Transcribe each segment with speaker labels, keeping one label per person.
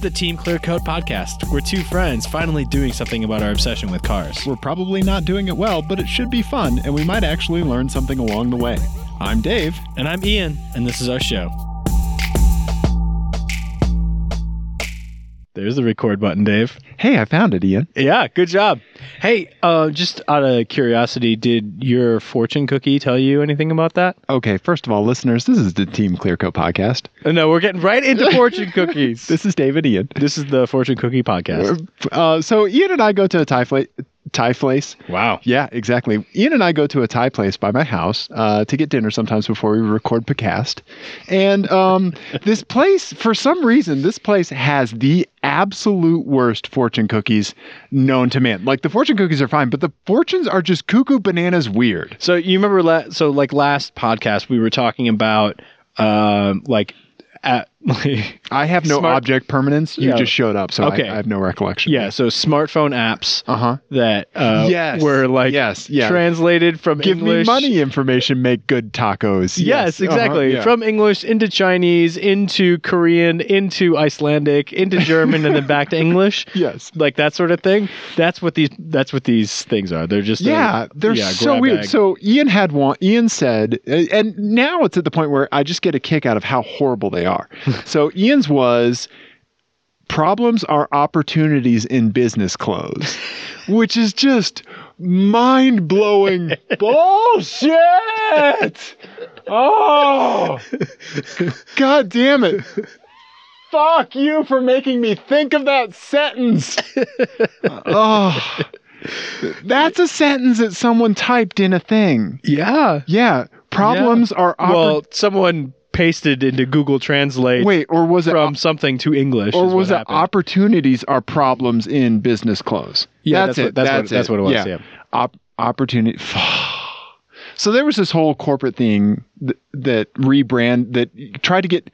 Speaker 1: the Team Clear Coat podcast. We're two friends finally doing something about our obsession with cars.
Speaker 2: We're probably not doing it well, but it should be fun, and we might actually learn something along the way. I'm Dave.
Speaker 1: And I'm Ian, and this is our show. There's the record button, Dave.
Speaker 2: Hey, I found it, Ian.
Speaker 1: Yeah, good job. Hey, uh, just out of curiosity, did your fortune cookie tell you anything about that?
Speaker 2: Okay, first of all, listeners, this is the Team Clearco podcast.
Speaker 1: Uh, No, we're getting right into fortune cookies.
Speaker 2: This is David Ian.
Speaker 1: this is the fortune cookie podcast.
Speaker 2: Uh, so Ian and I go to a Thai, fla- Thai place.
Speaker 1: Wow.
Speaker 2: Yeah, exactly. Ian and I go to a Thai place by my house uh, to get dinner sometimes before we record podcast. And um, this place, for some reason, this place has the absolute worst fortune cookies known to man. Like the fortune cookies are fine, but the fortunes are just cuckoo bananas weird.
Speaker 1: So you remember, la- so like last podcast, we were talking about um like at like
Speaker 2: I have no
Speaker 1: Smart-
Speaker 2: object permanence. You
Speaker 1: Yeah.
Speaker 2: just showed up, so I-
Speaker 1: Okay.
Speaker 2: I, have no recollection.
Speaker 1: yeah, so smartphone apps
Speaker 2: Uh huh.
Speaker 1: that uh,
Speaker 2: Yes.
Speaker 1: were like
Speaker 2: Yes, yeah.
Speaker 1: translated from
Speaker 2: Give
Speaker 1: English.
Speaker 2: me money information. Make good tacos.
Speaker 1: Yes,
Speaker 2: Uh-huh,
Speaker 1: exactly.
Speaker 2: yeah.
Speaker 1: From English into Chinese, into Korean, into Icelandic, into German, and then back to English.
Speaker 2: yes.
Speaker 1: Like that sort of thing. That's what these. That's what these things are. They're just a-
Speaker 2: Yeah, they're
Speaker 1: yeah,
Speaker 2: so
Speaker 1: grab
Speaker 2: weird.
Speaker 1: bag.
Speaker 2: So Ian had one. Ian said, and now it's at the point where I just get a kick out of how horrible they are. so Ian's was problems are opportunities in business clothes, which is just mind blowing bullshit. Oh, god damn it. Fuck you for making me think of that sentence. oh, that's a sentence that someone typed in a thing.
Speaker 1: yeah.
Speaker 2: Yeah, problems are oppor-
Speaker 1: Well, someone pasted into Google Translate
Speaker 2: wait, or was it
Speaker 1: from something to English.
Speaker 2: or
Speaker 1: is
Speaker 2: was
Speaker 1: what
Speaker 2: it
Speaker 1: happened.
Speaker 2: opportunities are problems in business clothes?
Speaker 1: Yeah, that's,
Speaker 2: it.
Speaker 1: what, that's, what,
Speaker 2: it.
Speaker 1: that's what it was. Yeah.
Speaker 2: Op- opportunity. so there was this whole corporate thing th- that rebrand that tried to get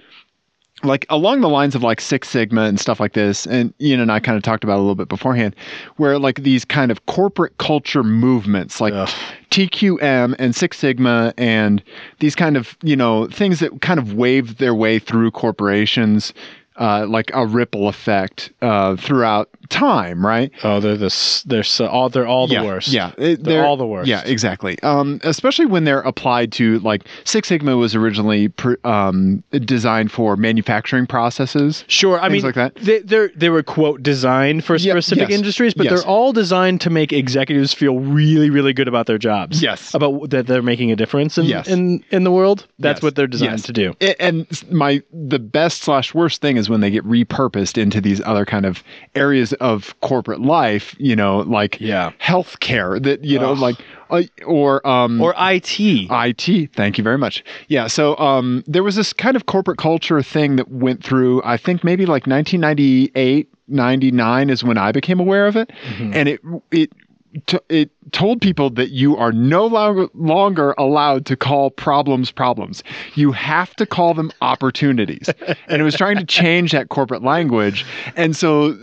Speaker 2: like along the lines of like Six Sigma and stuff like this, and Ian and I kind of talked about it a little bit beforehand, where like these kind of corporate culture movements, like
Speaker 1: Ugh.
Speaker 2: TQM and Six Sigma, and these kind of you know things that kind of wave their way through corporations, uh, like a ripple effect uh, throughout time, right?
Speaker 1: Oh, they're the s- they're so, all they're all the
Speaker 2: yeah,
Speaker 1: worst.
Speaker 2: Yeah, It-
Speaker 1: They're all the worst.
Speaker 2: Yeah, exactly. Um, especially when they're applied to like Six Sigma was originally pr- um, designed for manufacturing processes.
Speaker 1: Sure, I
Speaker 2: Things
Speaker 1: mean,
Speaker 2: like that.
Speaker 1: They, they're they were quote designed for
Speaker 2: Yeah,
Speaker 1: specific
Speaker 2: yes,
Speaker 1: industries, but
Speaker 2: yes.
Speaker 1: they're all designed to make executives feel really, really good about their jobs.
Speaker 2: Yes.
Speaker 1: about w- that they're making a difference in
Speaker 2: Yes.
Speaker 1: in, in the world. That's
Speaker 2: Yes,
Speaker 1: what they're designed
Speaker 2: yes.
Speaker 1: to do.
Speaker 2: A- And s- my the best slash worst thing is when they get repurposed into these other kind of areas of corporate life. You know, like
Speaker 1: Yeah.
Speaker 2: healthcare that you know,
Speaker 1: Ugh.
Speaker 2: like uh, or um
Speaker 1: Or IT.
Speaker 2: IT. Thank you very much. Yeah. So um, there was this kind of corporate culture thing that went through, I think maybe like 1998, 99 is when I became aware of it. And it, it, t- it told people that you are no longer longer allowed to call problems problems. You have to call them opportunities. and it was trying to change that corporate language. And so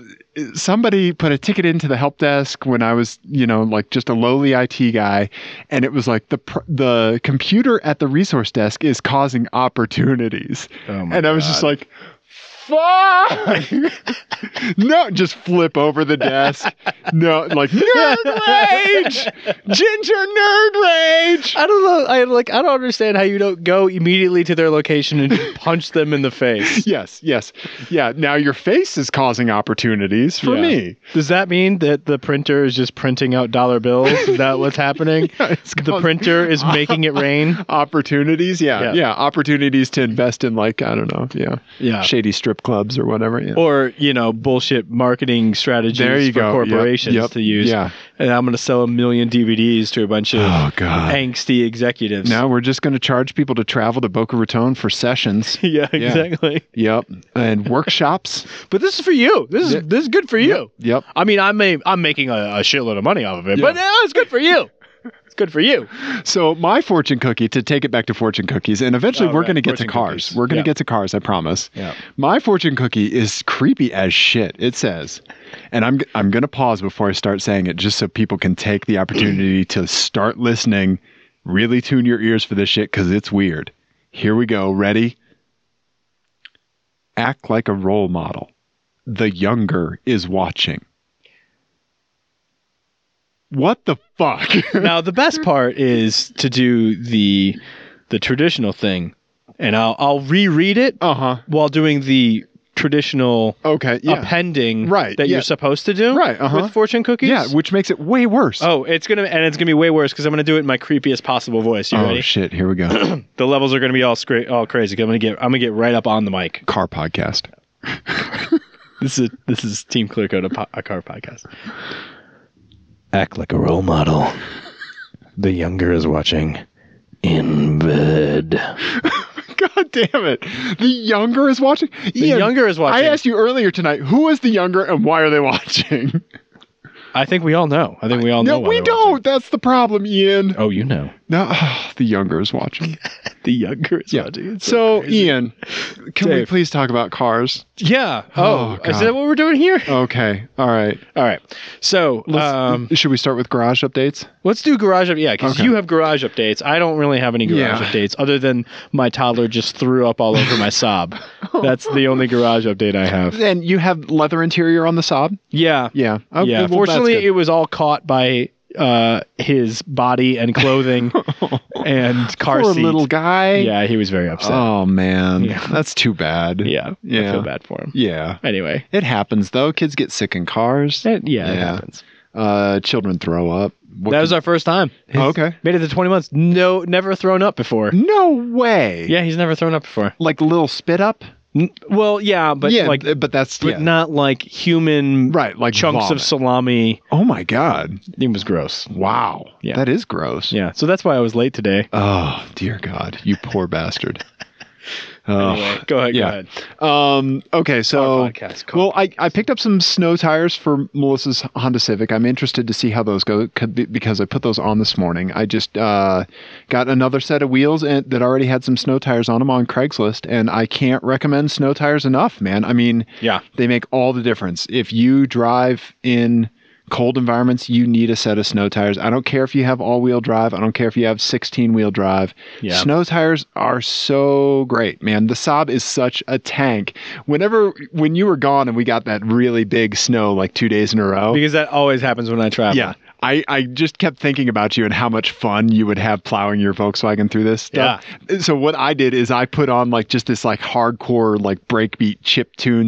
Speaker 2: somebody put a ticket into the help desk when I was, you know, like just a lowly IT guy, and it was like the pr- the computer at the resource desk is causing opportunities,
Speaker 1: Oh my
Speaker 2: and uh, I was just like. Fuck! no, just flip over the desk. No, like nerd rage, ginger nerd rage.
Speaker 1: I don't know. I like. I don't understand how you don't go immediately to their location and just punch them in the face.
Speaker 2: Yes, yes, yeah. Now your face is causing opportunities for
Speaker 1: Yeah.
Speaker 2: me.
Speaker 1: Does that mean that the printer is just printing out dollar bills? Is that what's happening?
Speaker 2: It's
Speaker 1: The
Speaker 2: causing-
Speaker 1: printer is making it rain.
Speaker 2: opportunities. Yeah,
Speaker 1: Yeah.
Speaker 2: yeah, opportunities to invest in like I don't know, yeah,
Speaker 1: Yeah.
Speaker 2: shady strip clubs or whatever. Yeah.
Speaker 1: or you know bullshit marketing strategies
Speaker 2: there you
Speaker 1: for
Speaker 2: go.
Speaker 1: corporations
Speaker 2: Yep, yep,
Speaker 1: to use.
Speaker 2: Yeah.
Speaker 1: And I'm going to sell a million DVDs to a bunch of
Speaker 2: Oh god.
Speaker 1: angsty executives.
Speaker 2: now we're just going to charge people to travel to Boca Raton for sessions.
Speaker 1: yeah, exactly.
Speaker 2: yep, and workshops.
Speaker 1: But this is for you. This is
Speaker 2: Yeah.
Speaker 1: this is good for you.
Speaker 2: Yep.
Speaker 1: I mean, I may I'm making a, a shitload of money off of it,
Speaker 2: Yeah.
Speaker 1: but uh, it's good for you. It's good for you.
Speaker 2: So my fortune cookie to take it back to fortune cookies, and eventually
Speaker 1: Oh,
Speaker 2: we're
Speaker 1: right,
Speaker 2: going to get to
Speaker 1: fortune
Speaker 2: cars.
Speaker 1: cookies.
Speaker 2: We're going to
Speaker 1: Yeah.
Speaker 2: get to cars. I promise.
Speaker 1: Yeah.
Speaker 2: My fortune cookie is creepy as shit. It says, and I'm I'm gonna pause before I start saying it, just so people can take the opportunity to start listening. Really tune your ears for this shit because it's weird. Here we go. Ready? Act like a role model. the younger is watching. What the fuck?
Speaker 1: now the best part is to do the the traditional thing, and I'll I'll reread it
Speaker 2: uh huh.
Speaker 1: while doing the traditional
Speaker 2: Okay. Yeah.
Speaker 1: appending
Speaker 2: Right,
Speaker 1: that
Speaker 2: yeah.
Speaker 1: you're supposed to do
Speaker 2: Right, uh-huh.
Speaker 1: with fortune cookies.
Speaker 2: Yeah, which makes it way worse.
Speaker 1: Oh, it's gonna and it's gonna be way worse because I'm gonna do it in my creepiest possible voice. You
Speaker 2: Oh,
Speaker 1: ready?
Speaker 2: shit! Here we go.
Speaker 1: the levels are gonna be all scra- all crazy. 'cause I'm gonna get I'm gonna get right up on the mic.
Speaker 2: Car podcast.
Speaker 1: This is this is Team Clear Code, a, po- a car podcast. Act like a role model. The younger is watching. In bed.
Speaker 2: God damn it! The younger is watching.
Speaker 1: The younger is watching.
Speaker 2: I asked you earlier tonight who is the younger and why are they watching?
Speaker 1: I think we all know. I think we all
Speaker 2: No,
Speaker 1: know. Oh, why
Speaker 2: we
Speaker 1: they're
Speaker 2: don't.
Speaker 1: watching.
Speaker 2: That's the problem, Ian.
Speaker 1: Oh, you know.
Speaker 2: No, the younger is watching.
Speaker 1: The younger is
Speaker 2: Yeah.
Speaker 1: watching. It's
Speaker 2: So,
Speaker 1: crazy.
Speaker 2: Ian, can we
Speaker 1: Dave.
Speaker 2: please talk about cars?
Speaker 1: yeah.
Speaker 2: Oh,
Speaker 1: Oh,
Speaker 2: God.
Speaker 1: is that what we're doing here?
Speaker 2: Okay. All right.
Speaker 1: All right. So,
Speaker 2: Let's-
Speaker 1: um,
Speaker 2: should we start with garage updates?
Speaker 1: Let's do garage up. Yeah, because
Speaker 2: Okay.
Speaker 1: you have garage updates. I don't really have any garage
Speaker 2: Yeah.
Speaker 1: updates other than my toddler just threw up all over my sob. That's the only garage update I have.
Speaker 2: And you have leather interior on the Saab?
Speaker 1: Yeah.
Speaker 2: Yeah. Oh,
Speaker 1: yeah.
Speaker 2: well, that's
Speaker 1: Fortunately,
Speaker 2: good.
Speaker 1: it was all caught by uh, his body and clothing and car
Speaker 2: poor
Speaker 1: seat.
Speaker 2: little guy.
Speaker 1: Yeah, he was very upset.
Speaker 2: Oh man,
Speaker 1: Yeah.
Speaker 2: that's too bad.
Speaker 1: yeah.
Speaker 2: Yeah.
Speaker 1: I feel bad for him.
Speaker 2: Yeah.
Speaker 1: Anyway.
Speaker 2: It happens though. Kids get sick in cars.
Speaker 1: It, yeah, it
Speaker 2: Yeah.
Speaker 1: happens.
Speaker 2: Uh, children throw up. What
Speaker 1: that
Speaker 2: can-
Speaker 1: was our first time. He's
Speaker 2: Oh, Okay.
Speaker 1: Made it to 20 months. No, never thrown up before.
Speaker 2: no way.
Speaker 1: Yeah, he's never thrown up before.
Speaker 2: Like little spit up.
Speaker 1: N- well, yeah, but
Speaker 2: yeah,
Speaker 1: like
Speaker 2: but that's
Speaker 1: but
Speaker 2: yeah.
Speaker 1: not like human
Speaker 2: right. Like
Speaker 1: chunks
Speaker 2: vomit.
Speaker 1: of salami.
Speaker 2: Oh my god.
Speaker 1: It was gross.
Speaker 2: Wow.
Speaker 1: Yeah.
Speaker 2: That is gross.
Speaker 1: Yeah, so that's why I was late today.
Speaker 2: Oh dear God, you poor bastard. Oh.
Speaker 1: Anyway, go ahead.
Speaker 2: yeah.
Speaker 1: Go ahead.
Speaker 2: Um. Okay. So.
Speaker 1: Car podcast, car
Speaker 2: Well, I, I picked up some snow tires for Melissa's Honda Civic. I'm interested to see how those go c- be- because I put those on this morning. I just uh, got another set of wheels and, that already had some snow tires on them on Craigslist, and I can't recommend snow tires enough, man. I mean,
Speaker 1: Yeah.
Speaker 2: they make all the difference. If you drive in cold environments, you need a set of snow tires. I don't care if you have all wheel drive, I don't care if you have 16 wheel drive.
Speaker 1: Yeah.
Speaker 2: Snow tires are so great, man. The Saab is such a tank. Whenever, when you were gone and we got that really big snow like two days in a row.
Speaker 1: Because that always happens when I travel.
Speaker 2: yeah. I, I just kept thinking about you and how much fun you would have plowing your Volkswagen through this stuff. So what I did is I put on like just this like hardcore like breakbeat chip tune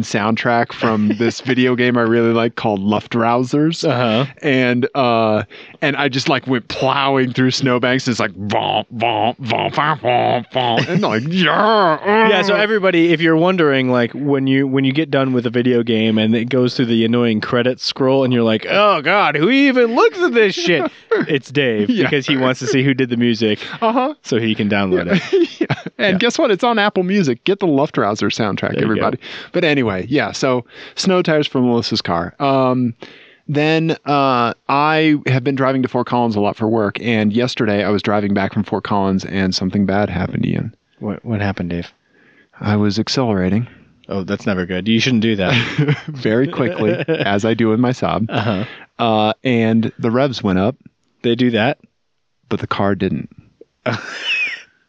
Speaker 2: soundtrack from this video game I really like called Luftrausers.
Speaker 1: Uh huh.
Speaker 2: And uh and I just like went plowing through snowbanks and it's like vomp vomp vomp vomp vomp vomp and like yeah uh.
Speaker 1: Yeah, so everybody, if you're wondering, like when you when you get done with a video game and it goes through the annoying credit scroll, and you're like, oh god, who even looks at this shit? It's Dave
Speaker 2: Yeah.
Speaker 1: because he wants to see who did the music
Speaker 2: uh-huh
Speaker 1: so he can download it.
Speaker 2: yeah. And guess what? It's on Apple Music. Get the Luftrauser soundtrack,
Speaker 1: There you
Speaker 2: everybody. But anyway, yeah. So snow tires for Melissa's car. Um, then uh, I have been driving to Fort Collins a lot for work, and yesterday I was driving back from Fort Collins, and something bad happened. Ian,
Speaker 1: What what happened, Dave?
Speaker 2: I was accelerating
Speaker 1: Oh, that's never good. You shouldn't do that.
Speaker 2: very quickly, as I do in my Saab,
Speaker 1: Uh huh.
Speaker 2: uh, and the revs went up,
Speaker 1: They do that.
Speaker 2: but the car didn't.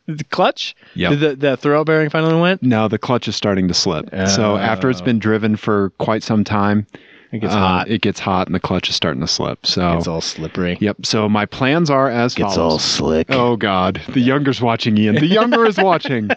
Speaker 1: The clutch?
Speaker 2: Yep.
Speaker 1: Did the, the throw bearing finally went?
Speaker 2: No, the clutch is starting to slip. so after it's
Speaker 1: Oh.
Speaker 2: been driven for quite some time,
Speaker 1: It gets
Speaker 2: Uh,
Speaker 1: hot. Oh.
Speaker 2: It gets hot, and the clutch is starting to slip. So,
Speaker 1: Ah, all slippery.
Speaker 2: yep. So my plans are as follows.
Speaker 1: slick.
Speaker 2: oh God, the younger's watching, Ian. The younger is watching,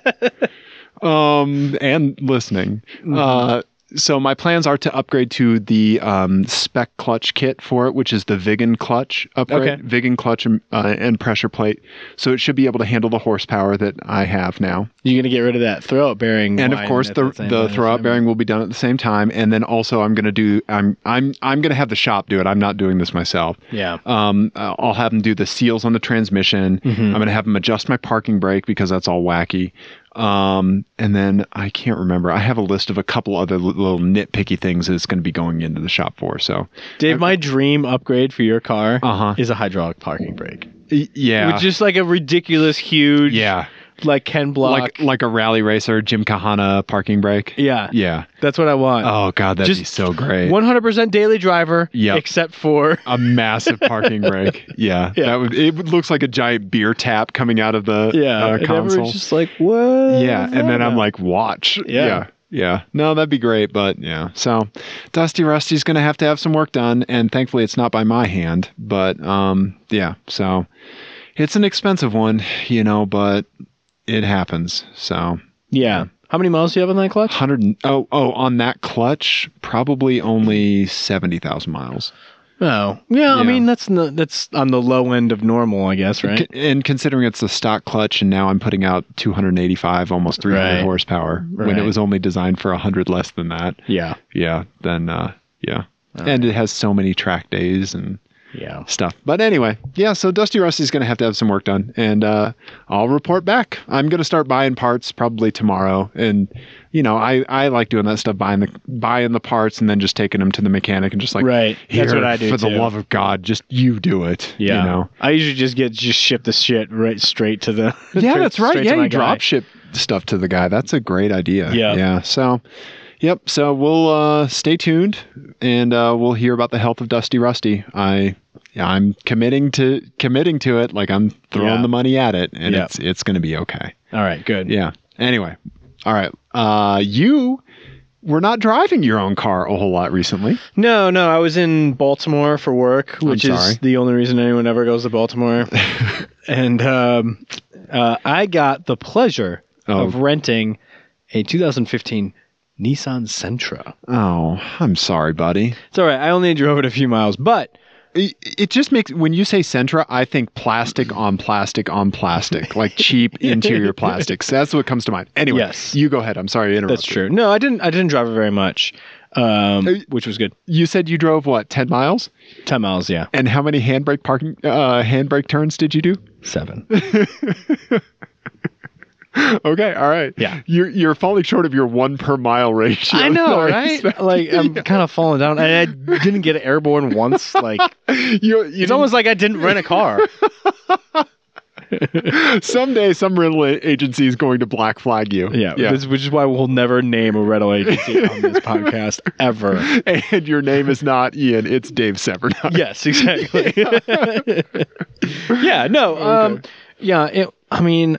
Speaker 2: um, and listening.
Speaker 1: Mm-hmm.
Speaker 2: Uh, so my plans are to upgrade to the um, spec clutch kit for it, which is the Vigan clutch upgrade,
Speaker 1: Okay.
Speaker 2: Vigan clutch and, uh, and pressure plate. So it should be able to handle the horsepower that I have now
Speaker 1: You're gonna get rid of that throw-out bearing,
Speaker 2: and
Speaker 1: line
Speaker 2: of course
Speaker 1: at
Speaker 2: the
Speaker 1: same
Speaker 2: the
Speaker 1: time,
Speaker 2: throw
Speaker 1: isn't
Speaker 2: out
Speaker 1: it?
Speaker 2: bearing will be done at the same time and then also i'm going to do i'm i'm i'm going to have the shop do it i'm not doing this myself
Speaker 1: Yeah.
Speaker 2: um, uh, I'll have them do the seals on the transmission.
Speaker 1: Mm-hmm.
Speaker 2: I'm going to have them adjust my parking brake because that's all wacky. Um, and then I can't remember. I have a list of a couple other li- little nitpicky things that it's going to be going into the shop for. So,
Speaker 1: Dave, my dream upgrade for your car
Speaker 2: Uh-huh.
Speaker 1: is a hydraulic parking brake,
Speaker 2: y- yeah,
Speaker 1: with just like a ridiculous huge,
Speaker 2: yeah,
Speaker 1: like Ken Block.
Speaker 2: like like a rally racer, Jim Kahana parking brake.
Speaker 1: yeah,
Speaker 2: Yeah.
Speaker 1: that's what I want.
Speaker 2: Oh God, that'd be
Speaker 1: Just
Speaker 2: so great.
Speaker 1: 100% daily driver,
Speaker 2: Yep. Uh,
Speaker 1: except for
Speaker 2: a massive parking brake. Yeah,
Speaker 1: Yeah.
Speaker 2: that would. It would- looks like a giant beer tap coming out of the
Speaker 1: yeah,
Speaker 2: uh,
Speaker 1: and everyone's
Speaker 2: console.
Speaker 1: just like what?
Speaker 2: Yeah,
Speaker 1: is
Speaker 2: and
Speaker 1: that
Speaker 2: then I'm
Speaker 1: about?
Speaker 2: like, watch.
Speaker 1: Yeah.
Speaker 2: Yeah. No, that'd be great, but yeah. So Dusty Rusty's gonna have to have some work done, and thankfully it's not by my hand. But um yeah, so it's an expensive one, you know, but it happens. So
Speaker 1: Yeah. How many miles do you have on that clutch?
Speaker 2: hundred and oh oh on that clutch, probably only seventy thousand miles.
Speaker 1: Oh, yeah. I
Speaker 2: Yeah.
Speaker 1: mean, that's no, that's on the low end of normal, I guess, right?
Speaker 2: C- and considering it's a stock clutch and now I'm putting out 285 almost 300
Speaker 1: Right.
Speaker 2: horsepower when it
Speaker 1: Right.
Speaker 2: was only designed for 100 less than that
Speaker 1: Yeah.
Speaker 2: yeah then uh yeah and it has so many track days and
Speaker 1: Yeah.
Speaker 2: stuff but anyway yeah so Dusty Rusty's gonna have to have some work done and uh I'll report back I'm gonna start buying parts probably tomorrow and you know I I like doing that stuff buying the buying the parts and then just taking them to the mechanic and just like
Speaker 1: right.
Speaker 2: here,
Speaker 1: that's what I do
Speaker 2: for the
Speaker 1: too.
Speaker 2: love of God just you do it
Speaker 1: yeah.
Speaker 2: you know
Speaker 1: I usually just get just ship the shit right straight to the.
Speaker 2: yeah,
Speaker 1: straight-
Speaker 2: that's right.
Speaker 1: straight to
Speaker 2: Yeah,
Speaker 1: my
Speaker 2: you
Speaker 1: guy.
Speaker 2: drop ship stuff to the guy. That's a great idea.
Speaker 1: Yeah.
Speaker 2: Yeah. So, yep. So we'll uh, stay tuned, and uh, we'll hear about the health of Dusty Rusty. I, I'm committing to committing to it. Like I'm throwing
Speaker 1: Yeah.
Speaker 2: the money at it, and
Speaker 1: Yeah.
Speaker 2: it's it's going to be okay.
Speaker 1: All right. Good.
Speaker 2: Yeah. Anyway, all right. Uh, you were not driving your own car a whole lot recently.
Speaker 1: No, no. I was in Baltimore for work, which
Speaker 2: sorry.
Speaker 1: is the only reason anyone ever goes to Baltimore. and um, uh, I got the pleasure
Speaker 2: Oh.
Speaker 1: of renting a 2015 Nissan Sentra.
Speaker 2: Oh, I'm sorry, buddy.
Speaker 1: It's all right. I only drove it a few miles, but
Speaker 2: It it just makes when you say Sentra, I think plastic on plastic on plastic, like cheap interior plastics. That's what comes to mind. Anyway,
Speaker 1: Yes.
Speaker 2: you go ahead. I'm sorry, to interrupt.
Speaker 1: That's true. No, I didn't. I didn't drive it very much, um,
Speaker 2: Uh,
Speaker 1: which was good.
Speaker 2: You said you drove what, ten miles?
Speaker 1: Ten miles, yeah,
Speaker 2: And how many handbrake parking uh, handbrake turns did you do?
Speaker 1: seven.
Speaker 2: Okay, all right.
Speaker 1: Yeah.
Speaker 2: you're you're falling short of your one per mile ratio.
Speaker 1: I know,
Speaker 2: that I
Speaker 1: right?
Speaker 2: expect.
Speaker 1: Like um, I'm kind of falling down, and I didn't get airborne once. Like
Speaker 2: You, you
Speaker 1: it's almost like I didn't rent a car.
Speaker 2: someday some rental agency is going to black flag you.
Speaker 1: Yeah,
Speaker 2: yeah.
Speaker 1: This, which is why we'll never name a rental agency on this podcast ever.
Speaker 2: and your name is not Ian; it's Dave Severnine.
Speaker 1: Yes, exactly. yeah, no. Um,
Speaker 2: Okay.
Speaker 1: yeah, it, I mean,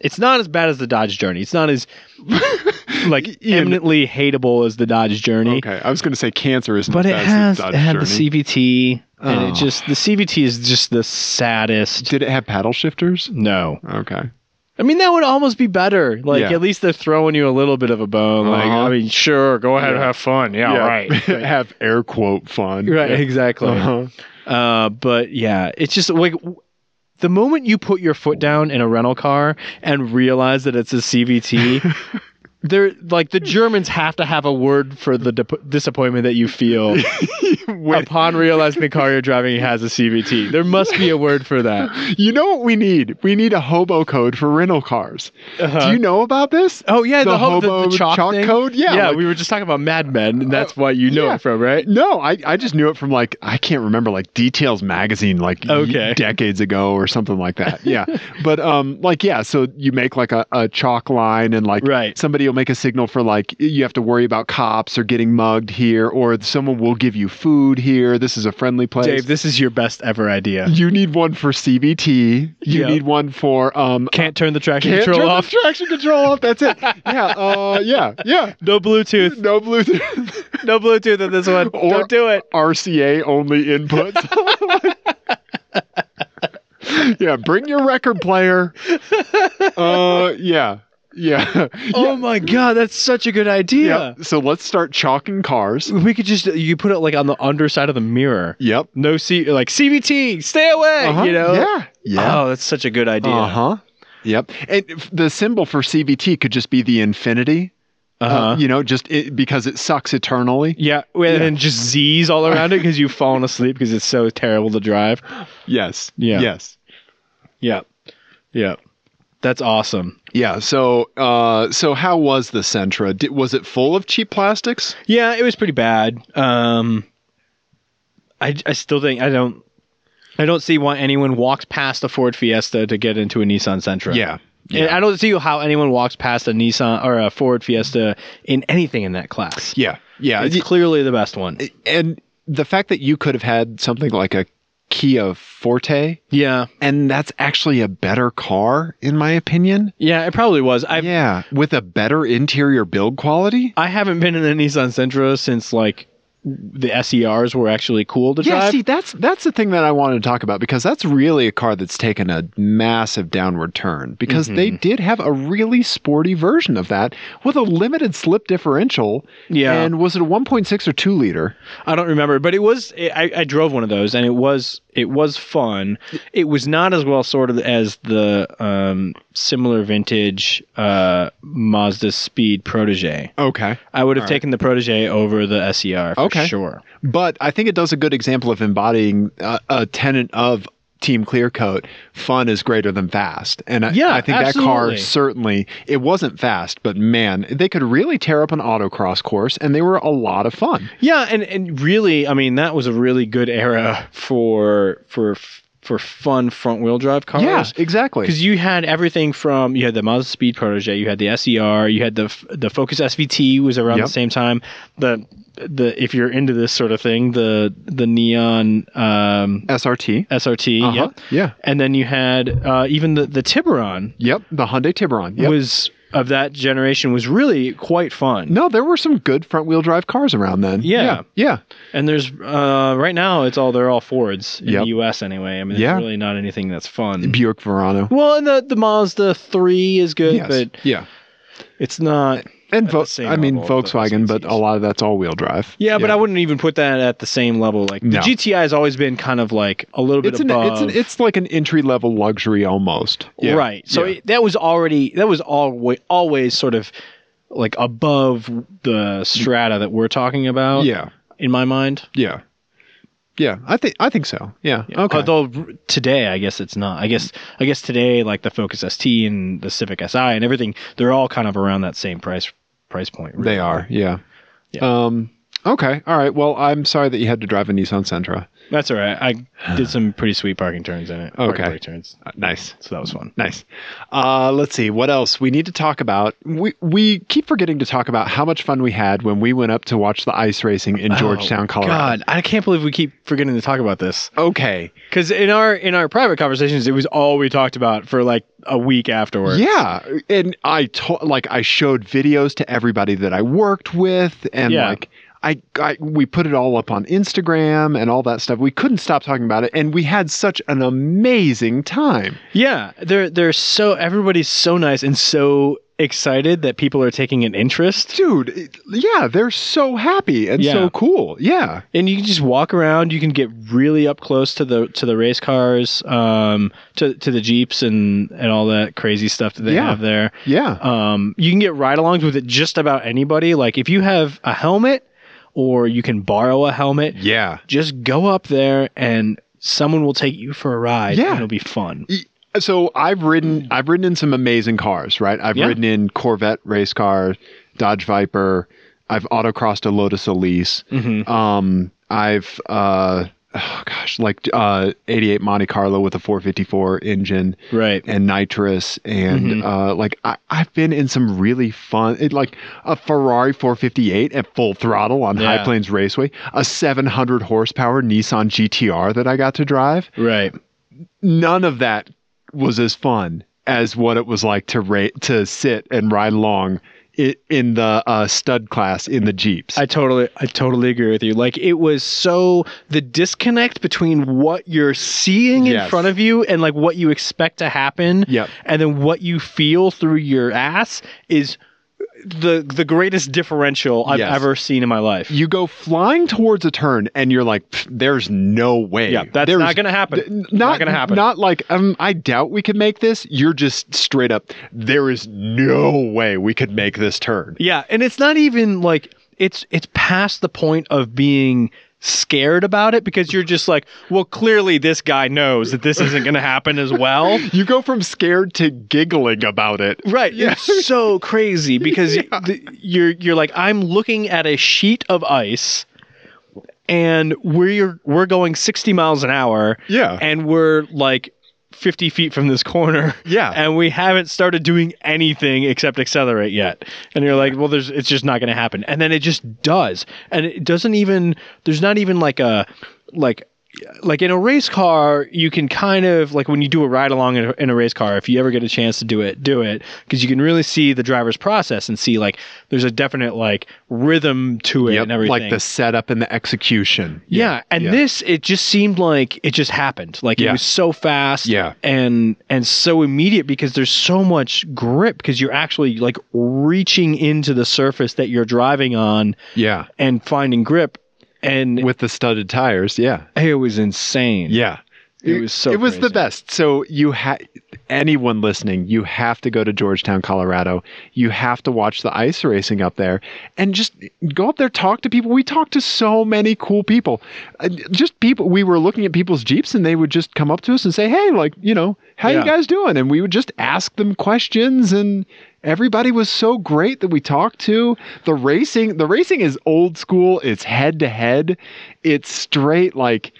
Speaker 1: it's not as bad as the Dodge Journey. It's not as like
Speaker 2: Ian-
Speaker 1: eminently hateable as the Dodge Journey.
Speaker 2: Okay, I was going to say cancer is,
Speaker 1: But it
Speaker 2: not as
Speaker 1: has
Speaker 2: Dodge
Speaker 1: it had
Speaker 2: Journey.
Speaker 1: the CVT, and
Speaker 2: Oh.
Speaker 1: it just the CVT is just the saddest.
Speaker 2: Did it have paddle shifters?
Speaker 1: No,
Speaker 2: Okay.
Speaker 1: I mean that would almost be better. Like
Speaker 2: Yeah.
Speaker 1: at least they're throwing you a little bit of a bone. Like
Speaker 2: Uh-huh.
Speaker 1: I mean, sure, go ahead,
Speaker 2: Yeah.
Speaker 1: have fun. Yeah, right, right,
Speaker 2: have air quote fun.
Speaker 1: Right,
Speaker 2: Yeah.
Speaker 1: exactly.
Speaker 2: Uh-huh.
Speaker 1: Uh, but yeah, it's just like w- the moment you put your foot down in a rental car and realize that it's a CVT. They're like the Germans have to have a word for the dip- disappointment that you feel
Speaker 2: When-
Speaker 1: upon realizing the car you're driving has a CVT. There must be a word for that.
Speaker 2: you know what we need? We need a hobo code for rental cars. Do you know about this?
Speaker 1: oh yeah, the,
Speaker 2: Uh-huh. the
Speaker 1: whole the,
Speaker 2: hobo
Speaker 1: the chalk,
Speaker 2: chalk
Speaker 1: thing?
Speaker 2: code? Yeah, like-
Speaker 1: we were just talking about Mad Men, and that's what you know
Speaker 2: yeah.
Speaker 1: it from, right?
Speaker 2: No, I, I just knew it from like I can't remember like Details magazine like y-
Speaker 1: Okay.
Speaker 2: decades ago or something like that. Yeah. but um like yeah, so you make like a, a chalk line and like
Speaker 1: Right.
Speaker 2: somebody will make a signal for like you have to worry about cops or getting mugged here or someone will give you food here. This is a friendly place.
Speaker 1: Dave, this is your best ever idea.
Speaker 2: you need one for CBT. You
Speaker 1: Yeah.
Speaker 2: need one for um
Speaker 1: Can't turn the traction
Speaker 2: can't turn
Speaker 1: control
Speaker 2: the
Speaker 1: off.
Speaker 2: traction control off. That's it. Yeah. Uh yeah. Yeah.
Speaker 1: No Bluetooth.
Speaker 2: No Bluetooth.
Speaker 1: No Bluetooth in this one.
Speaker 2: Or-
Speaker 1: Don't do it.
Speaker 2: RCA only inputs. yeah, bring your record player. Uh, yeah, yeah,
Speaker 1: Oh my god, that's such a good idea.
Speaker 2: So let's start chalking cars.
Speaker 1: We could just you put it like on the underside of the mirror.
Speaker 2: Yep.
Speaker 1: No C like CVT, stay away.
Speaker 2: Uh-huh.
Speaker 1: You know?
Speaker 2: Yeah. Yeah.
Speaker 1: Oh, that's such a good idea.
Speaker 2: Uh huh. Yep. And if the symbol for CVT could just be the infinity. Uh,
Speaker 1: Uh-huh.
Speaker 2: you know, just it, because it sucks eternally.
Speaker 1: Yeah, and then just Z's all around it because you've fallen asleep because it's so terrible to drive.
Speaker 2: Yes.
Speaker 1: Yeah.
Speaker 2: Yes.
Speaker 1: Yeah, yeah, that's awesome.
Speaker 2: Yeah. So, uh, so how was the Sentra? Did, was it full of cheap plastics?
Speaker 1: Yeah, it was pretty bad. Um, I I still think I don't I don't see why anyone walks past a Ford Fiesta to get into a Nissan Sentra. And I don't see how anyone walks past a Nissan or a Ford Fiesta in anything in that class.
Speaker 2: Yeah. Yeah.
Speaker 1: It's clearly the best one.
Speaker 2: and the fact that you could have had something like a Kia Forte,
Speaker 1: Yeah.
Speaker 2: and that's actually a better car in my opinion.
Speaker 1: Yeah, it probably was. I
Speaker 2: yeah, with a better interior build quality.
Speaker 1: I haven't been in a Nissan Sentra since like the SERs were actually cool to
Speaker 2: Yeah,
Speaker 1: drive.
Speaker 2: see, that's that's the thing that I wanted to talk about because that's really a car that's taken a massive downward turn because
Speaker 1: Mm-hmm.
Speaker 2: they did have a really sporty version of that with a limited slip differential.
Speaker 1: Yeah.
Speaker 2: and was it a 1.6 or 2 liter?
Speaker 1: I don't remember, but it was. I, I drove one of those, and it was it was fun. It was not as well sorted as the um, similar vintage uh, Mazda Speed Protege.
Speaker 2: Okay,
Speaker 1: I would have taken the Protege over the SER for
Speaker 2: Okay.
Speaker 1: sure.
Speaker 2: but I think it does a good example of embodying uh, a tenet of Team Clearcoat. Fun is greater than fast, and I,
Speaker 1: Yeah,
Speaker 2: I think that
Speaker 1: absolutely.
Speaker 2: car certainly it wasn't fast, but man, they could really tear up an autocross course, and they were a lot of fun.
Speaker 1: Yeah, and and really, I mean, that was a really good era for for for fun front wheel drive cars.
Speaker 2: Yeah, exactly.
Speaker 1: Because you had everything from you had the Mazda Speed Protege, you had the SER, you had the F- the Focus SVT was around
Speaker 2: Yep.
Speaker 1: the same time. The the if you're into this sort of thing, the the neon um,
Speaker 2: SRT.
Speaker 1: SRT,
Speaker 2: Uh-huh.
Speaker 1: yep.
Speaker 2: Yeah.
Speaker 1: And then you had uh, even the the Tiburon
Speaker 2: Yep, the Hyundai Tiburon. Yep.
Speaker 1: was of that generation was really quite fun.
Speaker 2: no, there were some good front-wheel drive cars around then.
Speaker 1: Yeah.
Speaker 2: yeah,
Speaker 1: And there's uh, right now it's all they're all Fords in
Speaker 2: Yep.
Speaker 1: the U.S. anyway. I mean, there's
Speaker 2: Yeah.
Speaker 1: really not anything that's
Speaker 2: yeah.
Speaker 1: fun.
Speaker 2: Buick Verano.
Speaker 1: Well, and the the Mazda three is good,
Speaker 2: Yes,
Speaker 1: but
Speaker 2: yeah,
Speaker 1: it's not.
Speaker 2: and
Speaker 1: at the
Speaker 2: Vo-
Speaker 1: same
Speaker 2: I mean
Speaker 1: level of those
Speaker 2: Volkswagen, but
Speaker 1: species.
Speaker 2: a lot of that's all-wheel drive.
Speaker 1: Yeah, but I wouldn't even put that at the same level. Like the
Speaker 2: No.
Speaker 1: GTI has always been kind of like a little bit
Speaker 2: It's an,
Speaker 1: above.
Speaker 2: it's an, it's like an entry-level luxury almost. Yeah.
Speaker 1: right. So
Speaker 2: Yeah.
Speaker 1: it, that was already that was always always sort of like above the strata that we're talking about.
Speaker 2: yeah,
Speaker 1: In my mind.
Speaker 2: yeah, yeah. I think I think so. Yeah. Okay.
Speaker 1: Although r- today, I guess it's not. I guess I guess today, like the Focus ST and the Civic Si and everything, they're all kind of around that same price price point. really.
Speaker 2: they are. Yeah.
Speaker 1: Yeah.
Speaker 2: Um. Okay. All right. Well, I'm sorry that you had to drive a Nissan Sentra.
Speaker 1: That's all right. I did some pretty sweet parking turns in it. parking
Speaker 2: Okay.
Speaker 1: brake turns.
Speaker 2: Uh, Nice.
Speaker 1: So that was fun.
Speaker 2: Nice. Uh, let's see what else we need to talk about. We we keep forgetting to talk about how much fun we had when we went up to watch the ice racing in Georgetown, Colorado.
Speaker 1: Oh, God, I can't believe we keep forgetting to talk about this.
Speaker 2: Okay.
Speaker 1: Because in our in our private conversations, it was all we talked about for like a week afterwards.
Speaker 2: Yeah, and I to- like I showed videos to everybody that I worked with, and
Speaker 1: Yeah.
Speaker 2: like I, I we put it all up on Instagram and all that stuff. We couldn't stop talking about it, and we had such an amazing time.
Speaker 1: yeah. They're they're so everybody's so nice and so excited that people are taking an interest.
Speaker 2: Dude, it- yeah, they're so happy and
Speaker 1: Yeah.
Speaker 2: so cool. Yeah.
Speaker 1: And you can just walk around. You can get really up close to the to the race cars, um, to to the jeeps and and all that crazy stuff that they
Speaker 2: Yeah.
Speaker 1: have there.
Speaker 2: Yeah.
Speaker 1: Um, you can get ride-alongs with it just about anybody. Like if you have a helmet, or you can borrow a helmet.
Speaker 2: Yeah.
Speaker 1: Just go up there and someone will take you for a ride.
Speaker 2: Yeah.
Speaker 1: and it'll be fun.
Speaker 2: So I've ridden I've ridden in some amazing cars, right? I've
Speaker 1: Hmm. Yeah.
Speaker 2: ridden in Corvette race car, Dodge Viper. I've autocrossed a Lotus Elise.
Speaker 1: Mm-hmm.
Speaker 2: Um, I've uh, oh gosh, like uh, 88 Monte Carlo with a 454 engine
Speaker 1: Right.
Speaker 2: and nitrous, and
Speaker 1: Mhm.
Speaker 2: uh, like I, I've been in some really fun, it, like a Ferrari 458 at full throttle on
Speaker 1: Yeah.
Speaker 2: High Plains Raceway, a 700 horsepower Nissan GTR that I got to drive
Speaker 1: Right.
Speaker 2: none of that was as fun as what it was like to ra- to sit and ride along i in the uh, stud class in the jeeps.
Speaker 1: I totally I totally agree with you. Like it was so the disconnect between what you're seeing in
Speaker 2: Yes.
Speaker 1: front of you and like what you expect to happen
Speaker 2: Yep.
Speaker 1: and then what you feel through your ass is the the greatest differential I've
Speaker 2: Yes.
Speaker 1: ever seen in my life.
Speaker 2: you go flying towards a turn, and you're like, "Pfft, "There's no way."
Speaker 1: Yeah, that's
Speaker 2: There's-
Speaker 1: not gonna happen.
Speaker 2: Not,
Speaker 1: Not gonna happen.
Speaker 2: Not like um, I doubt we could make this. You're just straight up. There is no way we could make this turn.
Speaker 1: Yeah, and it's not even like it's it's past the point of being scared about it because you're just like, well, clearly this guy knows that this isn't going to happen as well.
Speaker 2: You go from scared to giggling about it.
Speaker 1: Right. It's so crazy because the, you're you're like I'm looking at a sheet of ice and we're we're going 60 miles an hour
Speaker 2: Yeah.
Speaker 1: and we're like 50 feet from this corner.
Speaker 2: Yeah.
Speaker 1: And we haven't started doing anything except accelerate yet. And you're like, well, there's it's just not going to happen. And then it just does. And it doesn't even there's not even like a like like in a race car, you can kind of like when you do a ride along in a, in a race car, if you ever get a chance to do it, do it because you can really see the driver's process and see like there's a definite like rhythm to it
Speaker 2: Yep,
Speaker 1: and everything.
Speaker 2: like the setup and the execution.
Speaker 1: Yeah, and
Speaker 2: yeah.
Speaker 1: this it just seemed like it just happened. Like it
Speaker 2: Yeah.
Speaker 1: was so fast,
Speaker 2: Yeah.
Speaker 1: and and so immediate because there's so much grip because you're actually like reaching into the surface that you're driving on
Speaker 2: yeah,
Speaker 1: and finding grip, and
Speaker 2: with the studded tires. Yeah,
Speaker 1: it was insane.
Speaker 2: yeah.
Speaker 1: it was so.
Speaker 2: It was the
Speaker 1: crazy.
Speaker 2: best. So you had anyone listening, you have to go to Georgetown, Colorado. You have to watch the ice racing up there, and just go up there, talk to people. We talked to so many cool people. Uh, Just people. We were looking at people's jeeps, and they would just come up to us and say, "Hey, like you know, how
Speaker 1: Yeah.
Speaker 2: you guys doing?" And we would just ask them questions and. Everybody was so great that we talked to. The racing, the racing is old school. It's head to head. It's straight like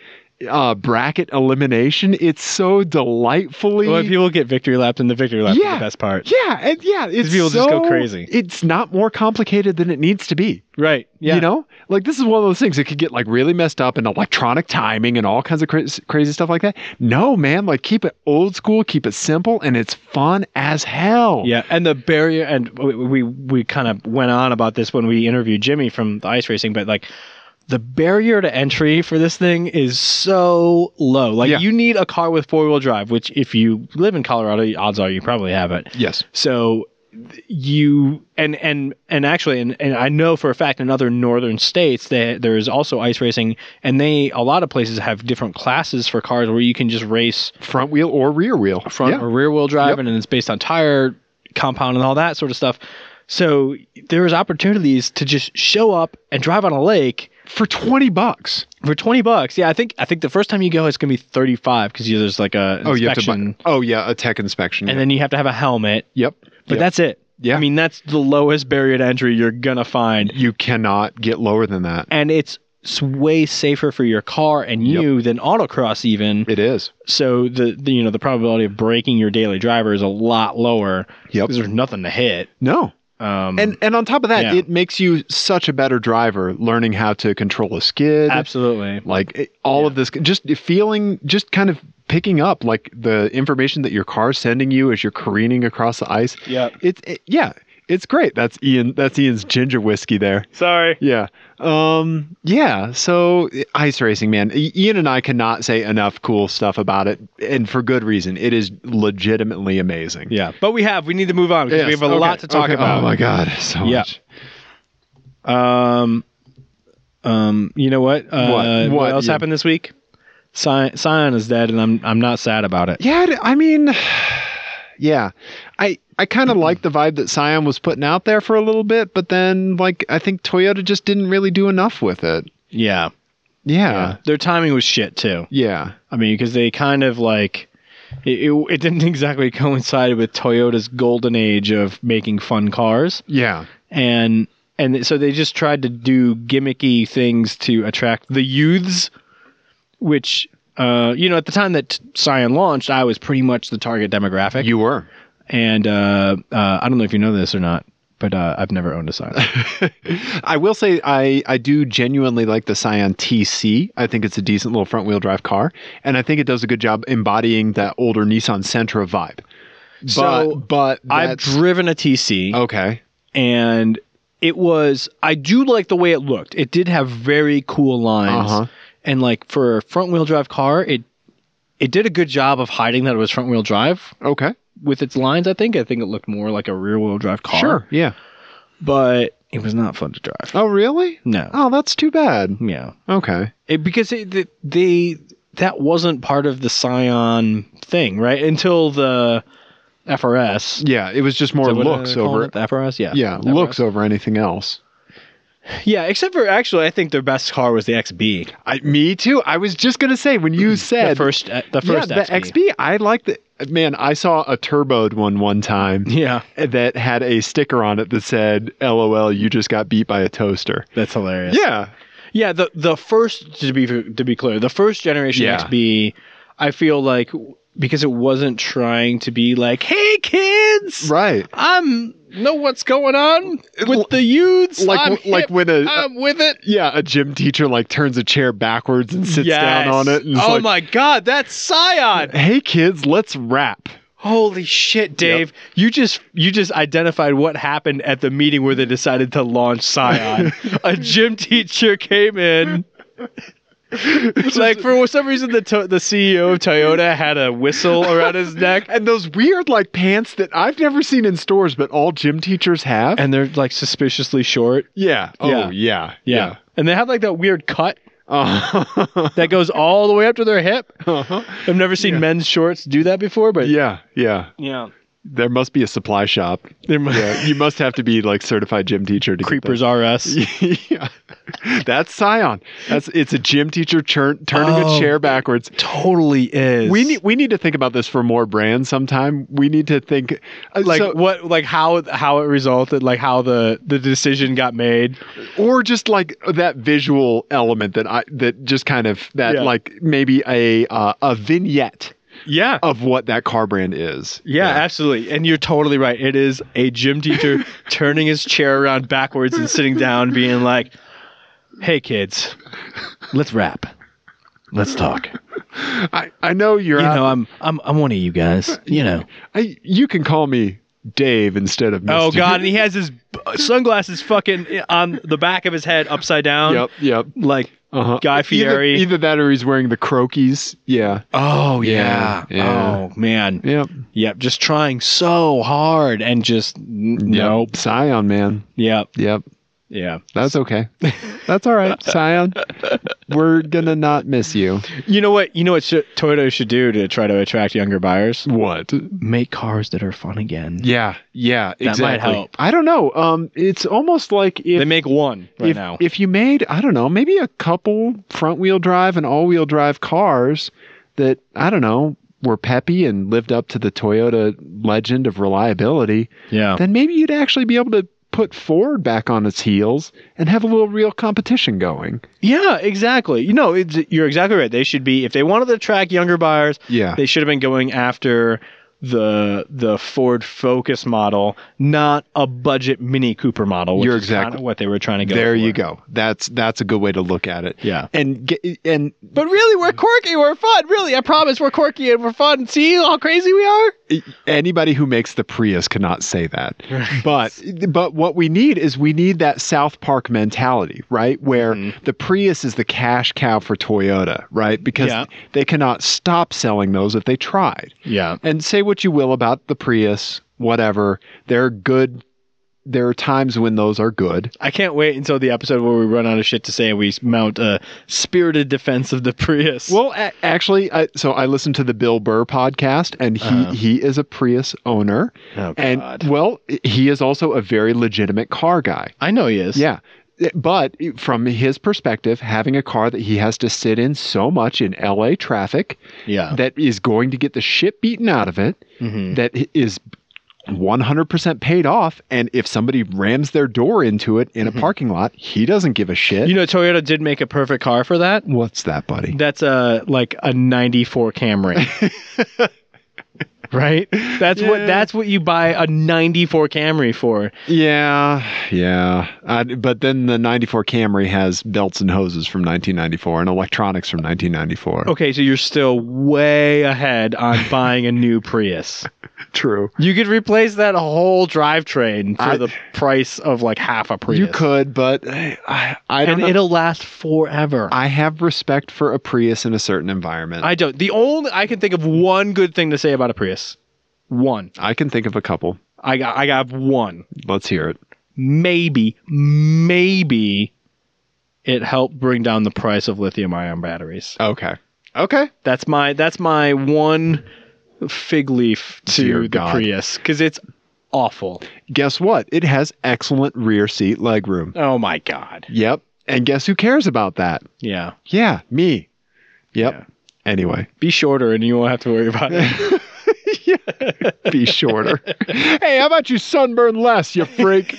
Speaker 2: uh, bracket elimination. It's so delightfully.
Speaker 1: Well, people get victory lapped, and the victory lap is
Speaker 2: Yeah.
Speaker 1: the best part.
Speaker 2: yeah, and yeah, it's
Speaker 1: people just go
Speaker 2: so-
Speaker 1: crazy.
Speaker 2: It's not more complicated than it needs to be.
Speaker 1: Right. Yeah.
Speaker 2: You know, like this is one of those things that could get like really messed up in electronic timing and all kinds of cra- crazy stuff like that. No, man, like keep it old school, keep it simple, and it's fun as hell.
Speaker 1: Yeah, and the barrier, and we we, we kind of went on about this when we interviewed Jimmy from the ice racing, but like the barrier to entry for this thing is so low. Like
Speaker 2: Yeah.
Speaker 1: you need a car with four wheel drive, which if you live in Colorado, odds are you probably have it.
Speaker 2: Yes.
Speaker 1: So you and and and actually and, and I know for a fact in other northern states that there is also ice racing and they a lot of places have different classes for cars where you can just race
Speaker 2: Front wheel or rear wheel.
Speaker 1: front
Speaker 2: Yeah.
Speaker 1: or rear wheel drive
Speaker 2: Yep.
Speaker 1: and it's based on tire compound and all that sort of stuff. So there is opportunities to just show up and drive on a lake
Speaker 2: for twenty bucks.
Speaker 1: for 20 bucks. Yeah, I think I think the first time you go it's going to be 35 cuz there's like a
Speaker 2: Oh, you have to
Speaker 1: inspection,
Speaker 2: buy. Oh yeah, a tech inspection.
Speaker 1: and then you have to have a helmet.
Speaker 2: yep.
Speaker 1: But
Speaker 2: Yep.
Speaker 1: that's it.
Speaker 2: Yeah.
Speaker 1: I mean, that's the lowest barrier to entry you're going to find
Speaker 2: you cannot get lower than that.
Speaker 1: and it's s- way safer for your car and you than autocross even.
Speaker 2: It is.
Speaker 1: So the, the you know, the probability of breaking your daily driver is a lot lower
Speaker 2: Yep.
Speaker 1: 'cause there's nothing to hit.
Speaker 2: No.
Speaker 1: Um,
Speaker 2: And and on top of that,
Speaker 1: Yeah.
Speaker 2: it makes you such a better driver learning how to control a skid.
Speaker 1: Absolutely.
Speaker 2: Like it- all of this just feeling just kind of picking up like the information that your car's sending you as you're careening across the ice.
Speaker 1: Yep.
Speaker 2: It's it, yeah, it's great. That's Ian that's Ian's ginger whiskey there.
Speaker 1: Sorry.
Speaker 2: Yeah. Um yeah, so i- ice racing man. I- Ian and I cannot say enough cool stuff about it and for good reason. It is legitimately amazing.
Speaker 1: Yeah, but we have. We need to move on because we
Speaker 2: Yes,
Speaker 1: have a
Speaker 2: okay,
Speaker 1: lot to talk
Speaker 2: okay.
Speaker 1: about.
Speaker 2: Oh my god, so
Speaker 1: Yeah.
Speaker 2: much.
Speaker 1: Um, um, you know what? Uh,
Speaker 2: What? What,
Speaker 1: else
Speaker 2: Ian?
Speaker 1: happened this week? Sion, Sion is dead, and I'm I'm not sad about it.
Speaker 2: Yeah, I- I mean, yeah, I I kind of
Speaker 1: Mm-hmm.
Speaker 2: like the vibe that Scion was putting out there for a little bit, but then like I think Toyota just didn't really do enough with it.
Speaker 1: Yeah,
Speaker 2: Yeah,
Speaker 1: Uh, their timing was shit too.
Speaker 2: yeah,
Speaker 1: I mean, because they kind of like. It, it, it didn't exactly coincide with Toyota's golden age of making fun cars,
Speaker 2: yeah,
Speaker 1: and and so they just tried to do gimmicky things to attract the youths which uh, you know at the time that Scion launched, I was pretty much the target demographic.
Speaker 2: You were.
Speaker 1: and uh, uh, I don't know if you know this or not, but uh, I've never owned a Scion.
Speaker 2: I will say I I do genuinely like the Scion TC. I think it's a decent little front wheel drive car, and I think it does a good job embodying that older Nissan Sentra vibe. But,
Speaker 1: So,
Speaker 2: but
Speaker 1: I've
Speaker 2: that's- Oh.
Speaker 1: driven a TC,
Speaker 2: okay.
Speaker 1: and it was I do like the way it looked. It did have very cool lines,
Speaker 2: Uh-huh.
Speaker 1: and like for a front wheel drive car, it it did a good job of hiding that it was front wheel drive
Speaker 2: Okay.
Speaker 1: with its lines. I think I think it looked more like a rear wheel drive car.
Speaker 2: Sure. Yeah.
Speaker 1: but it was not fun to drive.
Speaker 2: Oh, really?
Speaker 1: No.
Speaker 2: Oh, that's too bad.
Speaker 1: Yeah.
Speaker 2: Okay.
Speaker 1: It, because it, the, they that wasn't part of the Scion thing, right? Until the FRS.
Speaker 2: Yeah, it was just
Speaker 1: Is
Speaker 2: more
Speaker 1: that what, uh,
Speaker 2: looks
Speaker 1: calling
Speaker 2: over.
Speaker 1: it? the FRS. Yeah,
Speaker 2: Yeah,
Speaker 1: The
Speaker 2: looks over anything else.
Speaker 1: FRS. Yeah, except for actually, I think their best car was the XB.
Speaker 2: I, me too. I was just gonna say when you said
Speaker 1: the first, uh, the
Speaker 2: yeah,
Speaker 1: first
Speaker 2: the
Speaker 1: XB.
Speaker 2: XB. I like the man. I saw a turboed one one time
Speaker 1: Yeah,
Speaker 2: that had a sticker on it that said "LOL, you just got beat by a toaster."
Speaker 1: that's hilarious.
Speaker 2: Yeah,
Speaker 1: yeah. The the first to be to be clear, the first generation
Speaker 2: Yeah.
Speaker 1: XB, I feel like because it wasn't trying to be like, "Hey kids,
Speaker 2: Right.
Speaker 1: I'm know what's going on
Speaker 2: L-
Speaker 1: with the youths."
Speaker 2: Like
Speaker 1: I'm
Speaker 2: like
Speaker 1: hip,
Speaker 2: when a
Speaker 1: I'm with it.
Speaker 2: yeah, a gym teacher like turns a chair backwards and sits
Speaker 1: Yes.
Speaker 2: down on it and is
Speaker 1: oh
Speaker 2: like,
Speaker 1: my god, that's Scion!
Speaker 2: "Hey kids, let's rap."
Speaker 1: Holy shit, Dave! You just you just identified what happened at the meeting where they decided to launch Scion. a gym teacher came in. like for some reason, the to- the CEO of Toyota had a whistle around his neck,
Speaker 2: And those weird like pants that I've never seen in stores but all gym teachers have.
Speaker 1: and they're like suspiciously short.
Speaker 2: yeah.
Speaker 1: Yeah.
Speaker 2: Oh, yeah.
Speaker 1: and they have like that weird cut
Speaker 2: Uh-huh.
Speaker 1: that goes all the way up to their hip.
Speaker 2: Uh-huh.
Speaker 1: I've never seen
Speaker 2: Yeah.
Speaker 1: men's shorts do that before, but
Speaker 2: yeah, yeah.
Speaker 1: yeah,
Speaker 2: There must be a supply shop.
Speaker 1: they're m-
Speaker 2: Yeah, you must have to be like certified gym teacher to
Speaker 1: creepers are us.
Speaker 2: Get that. yeah, that's Scion. That's it's a gym teacher churn, turning
Speaker 1: Oh.
Speaker 2: a chair backwards.
Speaker 1: Totally is.
Speaker 2: We need we need to think about this for more brands sometime. We need to think uh,
Speaker 1: like
Speaker 2: so-
Speaker 1: what like how how it resulted like how the the decision got made
Speaker 2: or just like that visual element that I that just kind of that
Speaker 1: Yeah.
Speaker 2: like maybe a uh, a vignette
Speaker 1: yeah
Speaker 2: of what that car brand is.
Speaker 1: yeah, absolutely and you're totally right it is a gym teacher turning his chair around backwards and sitting down being like hey kids let's rap let's talk
Speaker 2: I I know you're
Speaker 1: you
Speaker 2: out-
Speaker 1: know i'm i'm i'm one of you guys you know
Speaker 2: I, you can call me Dave instead of Mr.
Speaker 1: oh god and he has his b- sunglasses fucking on the back of his head upside down
Speaker 2: Yep, yep.
Speaker 1: like
Speaker 2: Uh-huh.
Speaker 1: Guy
Speaker 2: Either-
Speaker 1: Fieri.
Speaker 2: Either, that or he's wearing the crokies. Yeah.
Speaker 1: oh
Speaker 2: Yeah, yeah.
Speaker 1: oh man
Speaker 2: Yep.
Speaker 1: Yep, just trying so hard and just n- nope.
Speaker 2: Scion, man.
Speaker 1: Yep,
Speaker 2: Yep.
Speaker 1: yeah.
Speaker 2: That's okay. That's all right. Scion, we're going to not miss you.
Speaker 1: You know what? You know what sh- Toyota should do to try to attract younger buyers?
Speaker 2: What?
Speaker 1: Make cars that are fun again.
Speaker 2: Yeah. Yeah.
Speaker 1: That
Speaker 2: exactly.
Speaker 1: might help.
Speaker 2: I don't know. Um, it's almost like
Speaker 1: They
Speaker 2: if.
Speaker 1: make one right
Speaker 2: if,
Speaker 1: now.
Speaker 2: if you made, I don't know, maybe a couple front wheel drive and all wheel drive cars that, I don't know, were peppy and lived up to the Toyota legend of reliability,
Speaker 1: yeah.
Speaker 2: then maybe you'd actually be able to put Ford back on its heels and have a little real competition going.
Speaker 1: Yeah, exactly. You know, it's, you're exactly right. They should be if they wanted to attract younger buyers,
Speaker 2: Yeah.
Speaker 1: they should have been going after the the Ford Focus model, not a budget Mini Cooper model. Which
Speaker 2: You're
Speaker 1: is kinda
Speaker 2: exactly-
Speaker 1: what they were trying to go.
Speaker 2: there you
Speaker 1: for.
Speaker 2: go. That's that's a good way to look at it.
Speaker 1: Yeah.
Speaker 2: And ge- and
Speaker 1: But really, we're quirky. We're fun. Really, I promise we're quirky and we're fun. See how crazy we are?
Speaker 2: anybody who makes the Prius cannot say that. But but what we need is we need that South Park mentality, right? Where
Speaker 1: Mhm.
Speaker 2: the Prius is the cash cow for Toyota, right? Because
Speaker 1: Yeah.
Speaker 2: they cannot stop selling those if they tried.
Speaker 1: Yeah.
Speaker 2: And say what you will about the Prius, whatever, they're good. There are times when those are good.
Speaker 1: I can't wait until the episode where we run out of shit to say and we mount a spirited defense of the Prius.
Speaker 2: Well, a- actually, I, so I listened to the Bill Burr podcast, and he
Speaker 1: Uh-huh.
Speaker 2: he is a Prius owner,
Speaker 1: oh, God.
Speaker 2: and well, he is also a very legitimate car guy.
Speaker 1: I know he is.
Speaker 2: Yeah. Eh, But from his perspective, having a car that he has to sit in so much in LA traffic
Speaker 1: Yeah.
Speaker 2: that is going to get the shit beaten out of it,
Speaker 1: Mhm.
Speaker 2: that is 100% paid off. And if somebody rams their door into it in a parking lot, he doesn't give a shit.
Speaker 1: Mm-hmm. You know, Toyota did make a perfect car for that.
Speaker 2: What's that, buddy?
Speaker 1: That's a like a '94 Camry. right. That's what
Speaker 2: Yeah.
Speaker 1: that's what you buy a '94 Camry for.
Speaker 2: Yeah, yeah. I, but then the 94 Camry has belts and hoses from 1994 and electronics from 1994.
Speaker 1: Okay, so you're still way ahead on buying a new Prius.
Speaker 2: true.
Speaker 1: You could replace that whole drivetrain for
Speaker 2: I-
Speaker 1: the price of like half a Prius.
Speaker 2: You could, but eh, I, I don't
Speaker 1: and
Speaker 2: know.
Speaker 1: it'll last forever. I,
Speaker 2: I have respect for a Prius in a certain environment. I,
Speaker 1: don't. The only I can think of one good thing to say about a Prius. One.
Speaker 2: can think of a couple.
Speaker 1: I got. I got one.
Speaker 2: Let's hear it.
Speaker 1: Maybe. Maybe. It helped bring down the price of lithium-ion batteries.
Speaker 2: Okay. Okay.
Speaker 1: That's my. That's my one fig leaf to
Speaker 2: Dear
Speaker 1: the
Speaker 2: God.
Speaker 1: Prius because it's awful.
Speaker 2: Guess what? It has excellent rear seat legroom.
Speaker 1: Oh my god.
Speaker 2: Yep. And guess who cares about that?
Speaker 1: Yeah.
Speaker 2: Yeah, me. Yep.
Speaker 1: Yeah.
Speaker 2: Anyway,
Speaker 1: Be shorter and you won't have to worry about it.
Speaker 2: be shorter. hey, how about you sunburn less, you freak?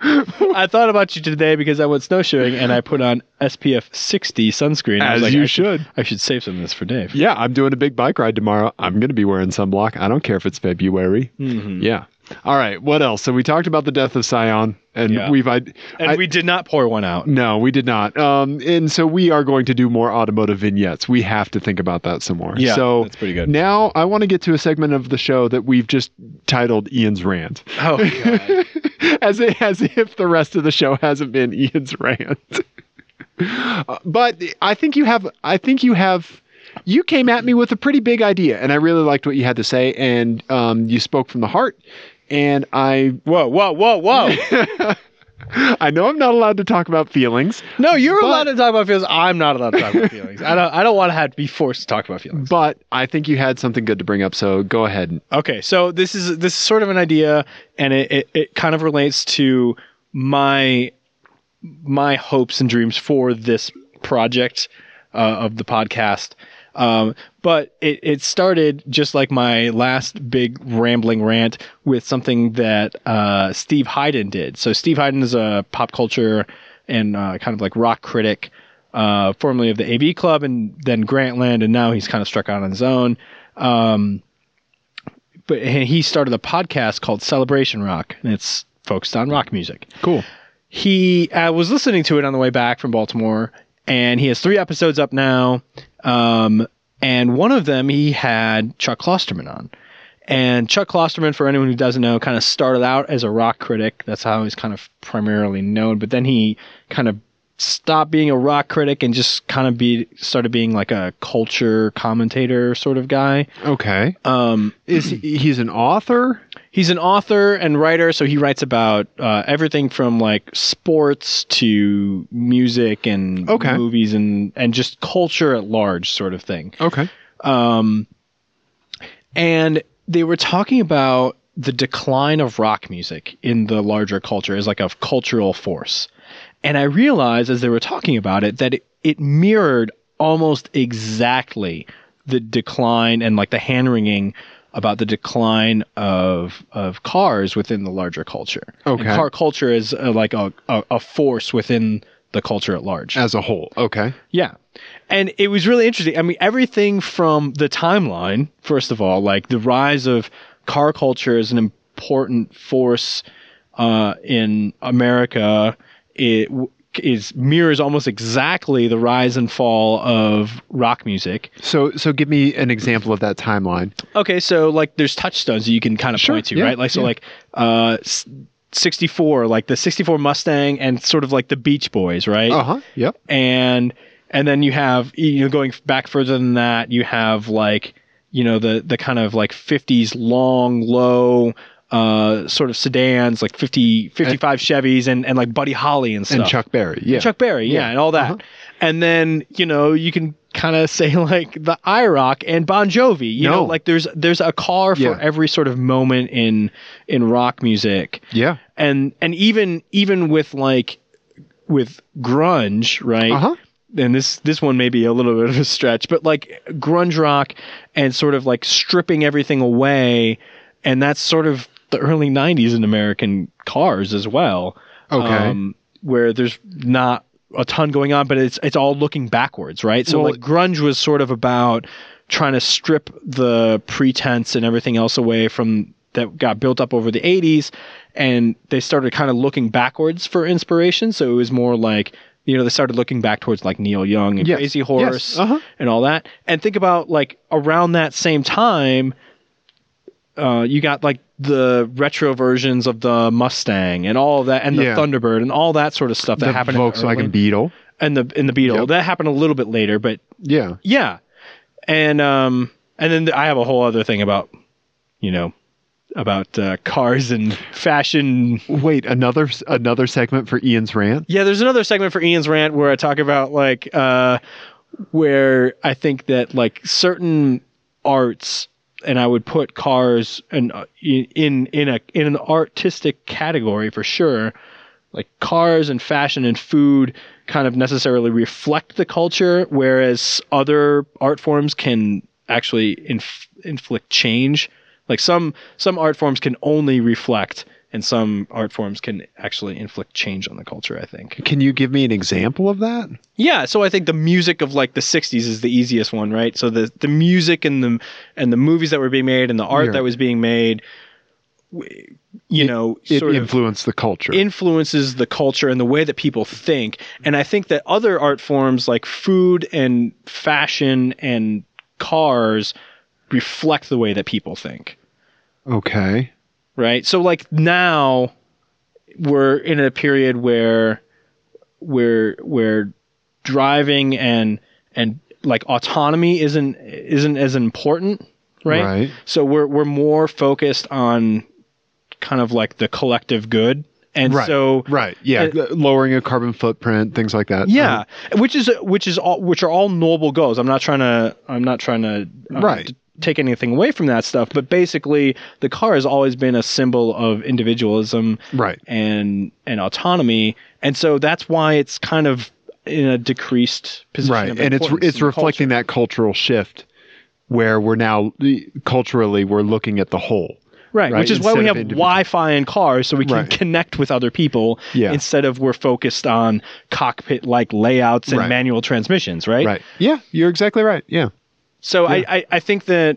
Speaker 1: I thought about you today because I went snowshoeing and I put on SPF 60 sunscreen. I was
Speaker 2: As
Speaker 1: like,
Speaker 2: you
Speaker 1: I should,
Speaker 2: should.
Speaker 1: I should save some of this for Dave.
Speaker 2: Yeah, I'm doing a big bike ride tomorrow. I'm going to be wearing sunblock. I don't care if it's February.
Speaker 1: Mm.
Speaker 2: Yeah. All right. What else? So we talked about the death of Scion, and
Speaker 1: Yeah.
Speaker 2: we've I,
Speaker 1: And
Speaker 2: I-
Speaker 1: we did not pour one out.
Speaker 2: no, we did not. Um, and so we are going to do more automotive vignettes. We have to think about that some more.
Speaker 1: Yeah,
Speaker 2: So
Speaker 1: that's pretty good.
Speaker 2: Now I want to get to a segment of the show that we've just titled Ian's rant,
Speaker 1: Oh, God.
Speaker 2: as it, as if the rest of the show hasn't been Ian's rant. Uh, but I think you have. I think you have. You came at me with a pretty big idea, and I really liked what you had to say, and um, you spoke from the heart. And I,
Speaker 1: whoa, whoa, whoa, whoa.
Speaker 2: I know I'm not allowed to talk about feelings,
Speaker 1: No, you're
Speaker 2: But-
Speaker 1: allowed to talk about feelings. I'm not allowed to talk about feelings. I don't. I don't want to have to be forced to talk about feelings.
Speaker 2: but I think you had something good to bring up. So go ahead.
Speaker 1: Okay, so this is this is sort of an idea, and it, it, it kind of relates to my my hopes and dreams for this project uh, of the podcast. Um, but it, it started just like my last big rambling rant with something that uh, Steve Hyden did. So Steve Hyden is a pop culture and uh, kind of like rock critic, uh, formerly of the AV Club and then Grantland, and now he's kind of struck out on his own. Um, but and he started a podcast called Celebration Rock, and it's focused on rock music.
Speaker 2: Cool.
Speaker 1: He I was listening to it on the way back from Baltimore, and he has three episodes up now. Um, and one of them he had Chuck Klosterman on. And Chuck Klosterman, for anyone who doesn't know, kind of started out as a rock critic. That's how he's kind of primarily known. But then he kind of stopped being a rock critic and just kind of be started being like a culture commentator sort of guy.
Speaker 2: Okay.
Speaker 1: Um,
Speaker 2: Is he, he's an author?
Speaker 1: he's an author and writer so he writes about uh, everything from like sports to music and
Speaker 2: Okay.
Speaker 1: movies and and just culture at large sort of thing
Speaker 2: Okay.
Speaker 1: um, and they were talking about the decline of rock music in the larger culture as like a cultural force. And I realized as they were talking about it that it, it mirrored almost exactly the decline and like the hand wringing about the decline of of cars within the larger culture. And
Speaker 2: Okay.
Speaker 1: car culture is uh, like a, a a force within the culture at large.
Speaker 2: As a whole. Okay.
Speaker 1: Yeah. And it was really interesting. I mean, everything from the timeline, first of all, like the rise of car culture as an important force uh, in America, it w- is mirrors almost exactly the rise and fall of rock music.
Speaker 2: So so give me an example of that timeline.
Speaker 1: Okay, so like there's touchstones that you can kind of
Speaker 2: Sure,
Speaker 1: point to,
Speaker 2: yeah,
Speaker 1: right? Like so,
Speaker 2: yeah.
Speaker 1: like uh, s- 64, like the 64 Mustang, and sort of like the Beach Boys, right?
Speaker 2: huh. Uh-huh. Yep.
Speaker 1: and and then you have you know going back further than that you have like you know the the kind of like 50s long low uh sort of sedans like 50 55 chevys and and like buddy holly and stuff
Speaker 2: And Chuck Berry. Yeah.
Speaker 1: Chuck Berry, yeah,
Speaker 2: Yeah.
Speaker 1: and all that.
Speaker 2: Uh-huh.
Speaker 1: And then, you know, you can kind of say like the IROC and Bon Jovi, you know,
Speaker 2: No.
Speaker 1: like there's there's a car for
Speaker 2: Yeah.
Speaker 1: every sort of moment in in rock music
Speaker 2: yeah.
Speaker 1: and and even even with like with grunge right
Speaker 2: Uh-huh.
Speaker 1: and this this one may be a little bit of a stretch but like grunge rock and sort of like stripping everything away and that's sort of the early 90s in american cars as well Um,
Speaker 2: Okay.
Speaker 1: where there's not a ton going on but it's it's all looking backwards right so
Speaker 2: Well-
Speaker 1: like grunge was sort of about trying to strip the pretense and everything else away from that got built up over the 80s and they started kind of looking backwards for inspiration so it was more like you know they started looking back towards like neil young and
Speaker 2: Yes.
Speaker 1: crazy
Speaker 2: Yes.
Speaker 1: horse
Speaker 2: Uh-huh.
Speaker 1: and all that and think about like around that same time uh, you got like the retro versions of the Mustang and all of that, and the
Speaker 2: Yeah.
Speaker 1: Thunderbird and all that sort of stuff that
Speaker 2: the
Speaker 1: happened.
Speaker 2: Volkswagen
Speaker 1: in
Speaker 2: Beetle.
Speaker 1: and the in the Beetle
Speaker 2: Yep.
Speaker 1: that happened a little bit later, but
Speaker 2: Yeah.
Speaker 1: yeah, and um, and then I have a whole other thing about, you know, about uh, cars and fashion.
Speaker 2: Wait, another another segment for Ian's rant.
Speaker 1: Yeah, there's another segment for Ian's rant where I talk about like uh, where I think that like certain arts, and I would put cars and uh, in in in a in an artistic category for sure. Like cars and fashion and food kind of necessarily reflect the culture, whereas other art forms can actually inf- inflict change. Like some some art forms can only reflect and some art forms can actually inflict change on the culture. I think.
Speaker 2: Can you give me an example of that?
Speaker 1: Yeah, so I think the music of like the '60s is the easiest one, right? So the the music and the and the movies that were being made and the art
Speaker 2: Yeah.
Speaker 1: that was being made, w- you know,
Speaker 2: It
Speaker 1: sort of
Speaker 2: influenced the culture.
Speaker 1: influences the culture and the way that people think. And I think that other art forms like food and fashion and cars reflect the way that people think,
Speaker 2: okay.
Speaker 1: right? So like now we're in a period where we're we're driving and and like autonomy isn't isn't as important, right?
Speaker 2: Right.
Speaker 1: So we're we're more focused on kind of like the collective good. And
Speaker 2: Right.
Speaker 1: so
Speaker 2: Right. Yeah.
Speaker 1: Uh,
Speaker 2: lowering a carbon footprint, things like that. Uh-huh.
Speaker 1: Yeah, Uh-huh. which is which is all which are all noble goals. I'm not trying to I'm not trying to uh,
Speaker 2: Right.
Speaker 1: t- take anything away from that stuff, but basically the car has always been a symbol of individualism
Speaker 2: Um, right.
Speaker 1: and and autonomy, and so that's why it's kind of in a decreased position.
Speaker 2: Right.
Speaker 1: of
Speaker 2: And it's
Speaker 1: importance
Speaker 2: it's
Speaker 1: in the
Speaker 2: reflecting that cultural shift where we're now culturally we're looking at the whole.
Speaker 1: culture. right,
Speaker 2: right,
Speaker 1: which is why
Speaker 2: instead
Speaker 1: we
Speaker 2: of
Speaker 1: have
Speaker 2: individual-
Speaker 1: Wi-Fi in cars so we can
Speaker 2: Right.
Speaker 1: connect with other people
Speaker 2: Yeah.
Speaker 1: instead of we're focused on cockpit like layouts and
Speaker 2: Right.
Speaker 1: manual transmissions, right?
Speaker 2: Right. Yeah, you're exactly right. Yeah.
Speaker 1: So
Speaker 2: Yeah.
Speaker 1: I, I, I think that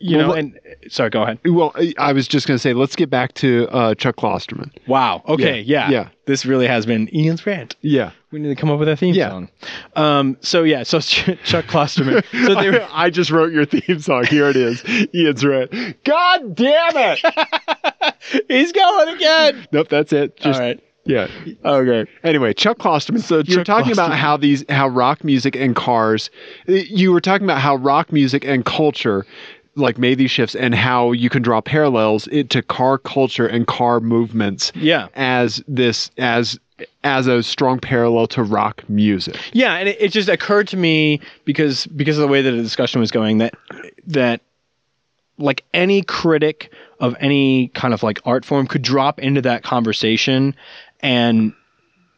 Speaker 1: you
Speaker 2: Well,
Speaker 1: know,
Speaker 2: let-
Speaker 1: and sorry, go ahead.
Speaker 2: Well, I- I was just going to say let's get back to uh, Chuck Klosterman.
Speaker 1: Wow. Okay.
Speaker 2: Yeah,
Speaker 1: Yeah,
Speaker 2: yeah.
Speaker 1: This really has been Ian's rant.
Speaker 2: Yeah.
Speaker 1: We need to come up with a theme
Speaker 2: Yeah.
Speaker 1: song. Um. So yeah. So Ch- Chuck Klosterman. So they were,
Speaker 2: I just wrote your theme song. Here it is. Ian's right. God damn it.
Speaker 1: he's going again.
Speaker 2: nope, that's it. Just
Speaker 1: All right.
Speaker 2: yeah.
Speaker 1: Okay.
Speaker 2: Anyway, Chuck Klosterman. So you're
Speaker 1: Chuck
Speaker 2: talking about
Speaker 1: Klosterman.
Speaker 2: how these how rock music and cars you were talking about how rock music and culture like made these shifts and how you can draw parallels it to car culture and car movements
Speaker 1: Yeah.
Speaker 2: as this as as a strong parallel to rock music.
Speaker 1: Yeah. And it, it just occurred to me because because of the way that the discussion was going that that like any critic of any kind of like art form could drop into that conversation and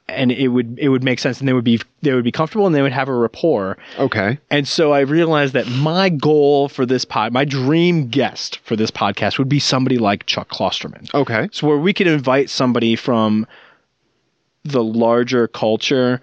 Speaker 1: and it would it would make sense and they would be they would be comfortable and they would have a rapport
Speaker 2: Okay.
Speaker 1: and so i realized that my goal for this pod my dream guest for this podcast would be somebody like chuck klosterman
Speaker 2: Okay.
Speaker 1: so where we could invite somebody from the larger culture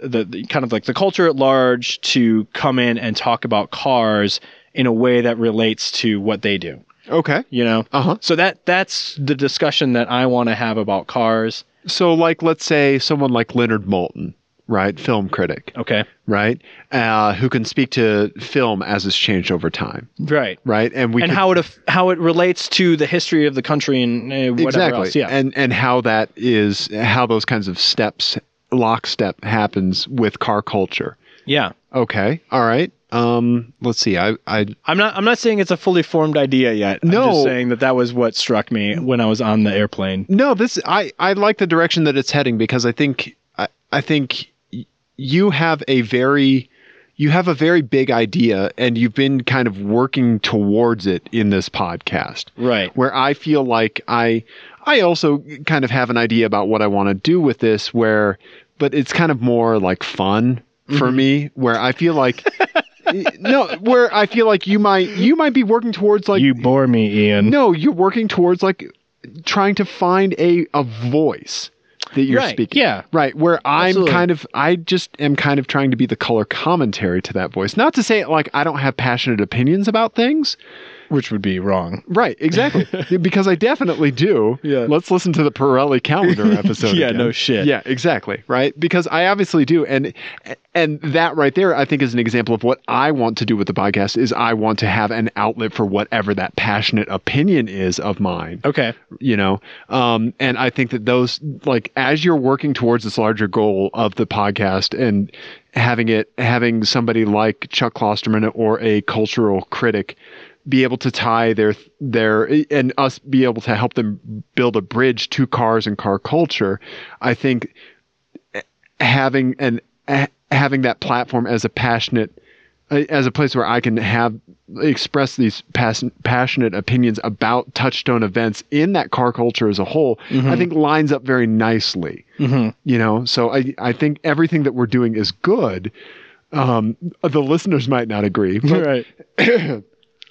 Speaker 1: the, the kind of like the culture at large to come in and talk about cars in a way that relates to what they do
Speaker 2: Okay.
Speaker 1: you know Um,
Speaker 2: Uh-huh.
Speaker 1: so that that's the discussion that i want to have about cars
Speaker 2: So like let's say someone like Leonard Moulton, right? Film critic,
Speaker 1: okay
Speaker 2: right? Uh, who can speak to film as it's changed over time,
Speaker 1: right
Speaker 2: right? And we
Speaker 1: and
Speaker 2: could-
Speaker 1: how it aff- how it relates to the history of the country and uh, whatever
Speaker 2: exactly
Speaker 1: else yeah
Speaker 2: and and how that is how those kinds of steps lockstep happens with car culture
Speaker 1: yeah
Speaker 2: okay all right um let's see i i
Speaker 1: I'm not. I'm not saying it's a fully formed idea yet. I'm
Speaker 2: No.
Speaker 1: just saying that that was what struck me when I was on the airplane.
Speaker 2: no this i i like the direction that it's heading because i think i, I think y- you have a very you have a very big idea and you've been kind of working towards it in this podcast
Speaker 1: Right.
Speaker 2: where I feel like I I also kind of have an idea about what I want to do with this where but it's kind of more like fun
Speaker 1: Mm-hmm.
Speaker 2: for me where I feel like no where I feel like you might you might be working towards like
Speaker 1: you bore me, Ian.
Speaker 2: no you're working towards like trying to find a a voice that you're
Speaker 1: Right,
Speaker 2: speaking
Speaker 1: yeah.
Speaker 2: right where i'm
Speaker 1: Absolutely.
Speaker 2: kind of i just am kind of trying to be the color commentary to that voice not to say like i don't have passionate opinions about things
Speaker 1: which would be wrong.
Speaker 2: Right, exactly. because I definitely do.
Speaker 1: Yeah.
Speaker 2: Let's listen to the Pirelli calendar episode.
Speaker 1: Yeah,
Speaker 2: again.
Speaker 1: no shit.
Speaker 2: Yeah, exactly. Right, because I obviously do, and and that right there, I think, is an example of what I want to do with the podcast. Is I want to have an outlet for whatever that passionate opinion is of mine.
Speaker 1: Okay.
Speaker 2: You know, um, and I think that those like as you're working towards this larger goal of the podcast and having it having somebody like Chuck Klosterman or a cultural critic be able to tie their their and us be able to help them build a bridge to cars and car culture i think having an ha- having that platform as a passionate uh, as a place where i can have express these pas- passionate opinions about touchstone events in that car culture as a whole i think lines up very nicely
Speaker 1: Mm-hmm.
Speaker 2: you know so i i think everything that we're doing is good um the listeners might not agree but
Speaker 1: right.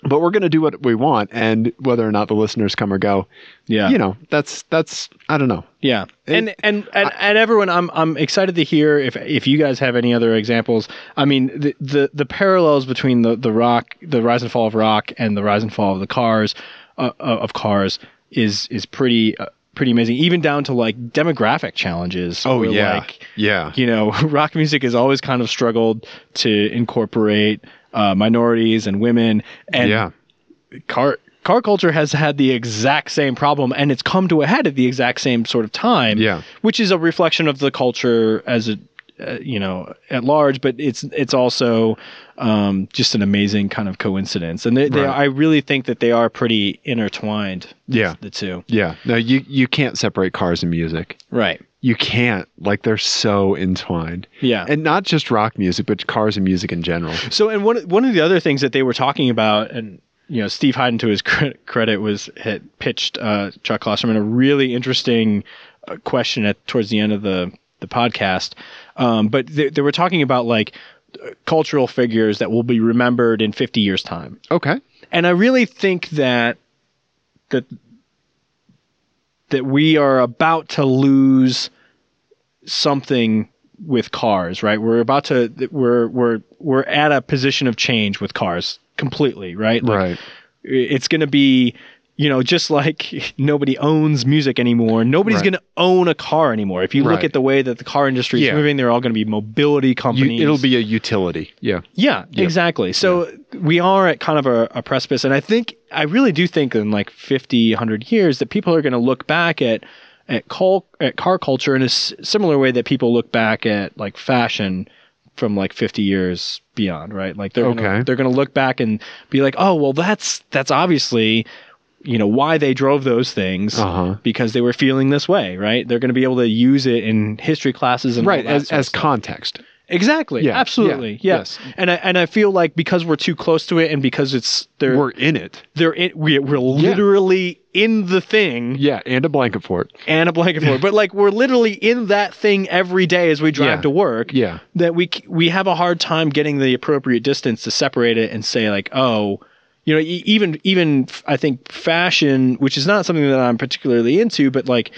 Speaker 2: But we're going to do what we want, and whether or not the listeners come or go,
Speaker 1: Yeah.
Speaker 2: you know, that's that's I don't know.
Speaker 1: Yeah, and and and, and everyone, I'm I'm excited to hear if if you guys have any other examples. I mean, the the, the parallels between the the rock, the rise and fall of rock, and the rise and fall of the cars, uh, uh, of cars is is pretty uh, pretty amazing. Even down to like demographic challenges. where, like,
Speaker 2: Oh, yeah.
Speaker 1: you know, rock music has always kind of struggled to incorporate uh, minorities and women, and
Speaker 2: yeah.
Speaker 1: car car culture has had the exact same problem and it's come to a head at the exact same sort of time
Speaker 2: Yeah.
Speaker 1: which is a reflection of the culture as a uh, you know at large but it's it's also um, just an amazing kind of coincidence and they, they
Speaker 2: Right.
Speaker 1: i really think that they are pretty intertwined
Speaker 2: Yeah.
Speaker 1: the two
Speaker 2: Yeah. No, you you can't separate cars and music.
Speaker 1: right
Speaker 2: You can't. Like they're so entwined.
Speaker 1: yeah
Speaker 2: And not just rock music, but cars and music in general.
Speaker 1: So, and one one of the other things that they were talking about, and you know, Steve Hyden to his cre- credit was had pitched uh, Chuck Klosterman a really interesting uh, question at towards the end of the the podcast. Um, but they, they were talking about like uh, cultural figures that will be remembered in 50 years time
Speaker 2: Okay.
Speaker 1: and i really think that that that we are about to lose something with cars, right? We're about to we're we're we're at a position of change with cars completely, right? Like,
Speaker 2: Right.
Speaker 1: It's going to be you know just like nobody owns music anymore nobody's
Speaker 2: Right.
Speaker 1: going to own a car anymore if you look
Speaker 2: Right.
Speaker 1: at the way that the car industry is
Speaker 2: Yeah.
Speaker 1: moving they're all going to be mobility
Speaker 2: You,
Speaker 1: companies
Speaker 2: it'll be a utility. Yeah.
Speaker 1: yeah, exactly. So we are at kind of a, a precipice. And I think, I really do think in like 50, 100 years that people are going to look back at, at, col- at car culture in a s- similar way that people look back at like fashion from like 50 years beyond, right? Like they're
Speaker 2: Okay.
Speaker 1: gonna, they're going to look back and be like, "Oh, well that's that's obviously, you know, why they drove those things
Speaker 2: Uh-huh.
Speaker 1: because they were feeling this way, right? They're going to be able to use it in history classes and all
Speaker 2: Right.
Speaker 1: that
Speaker 2: As
Speaker 1: sort of
Speaker 2: as
Speaker 1: stuff.
Speaker 2: context.
Speaker 1: Exactly.
Speaker 2: Yeah, yeah,
Speaker 1: Absolutely. Yes. And I and I feel like because we're too close to it, and because it's they're
Speaker 2: We're in it.
Speaker 1: they're in, we, we're literally in the thing
Speaker 2: Yeah, and a blanket for it.
Speaker 1: and a blanket for it, but like we're literally in that thing every day as we drive
Speaker 2: Yeah.
Speaker 1: to work.
Speaker 2: Yeah.
Speaker 1: That we c- we have a hard time getting the appropriate distance to separate it and say like, oh, you know, e- even even f- I think fashion, which is not something that I'm particularly into, but like.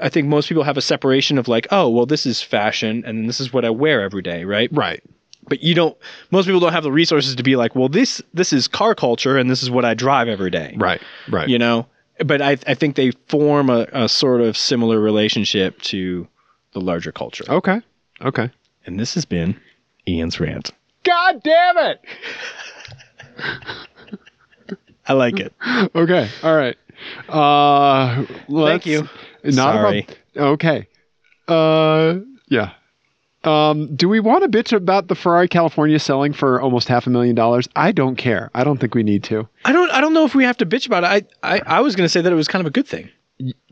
Speaker 1: I think most people have a separation of like, oh, well, this is fashion, and this is what I wear every day, right?
Speaker 2: Right.
Speaker 1: but you don't most people don't have the resources to be like well this this is car culture and this is what i drive every day
Speaker 2: Right. Right.
Speaker 1: you know but i i think they form a, a sort of similar relationship to the larger culture
Speaker 2: Okay. Okay.
Speaker 1: and this has been ian's rant
Speaker 2: God damn it.
Speaker 1: i like it
Speaker 2: Okay. All right. Uh let's-
Speaker 1: you.
Speaker 2: Not
Speaker 1: Sorry.
Speaker 2: A problem. Okay. Uh yeah. Um, do we want to bitch about the Ferrari California selling for almost half a million dollars? I don't care. I don't think we need to
Speaker 1: i don't i don't know if we have to bitch about it i i, I was going to say that it was kind of a good thing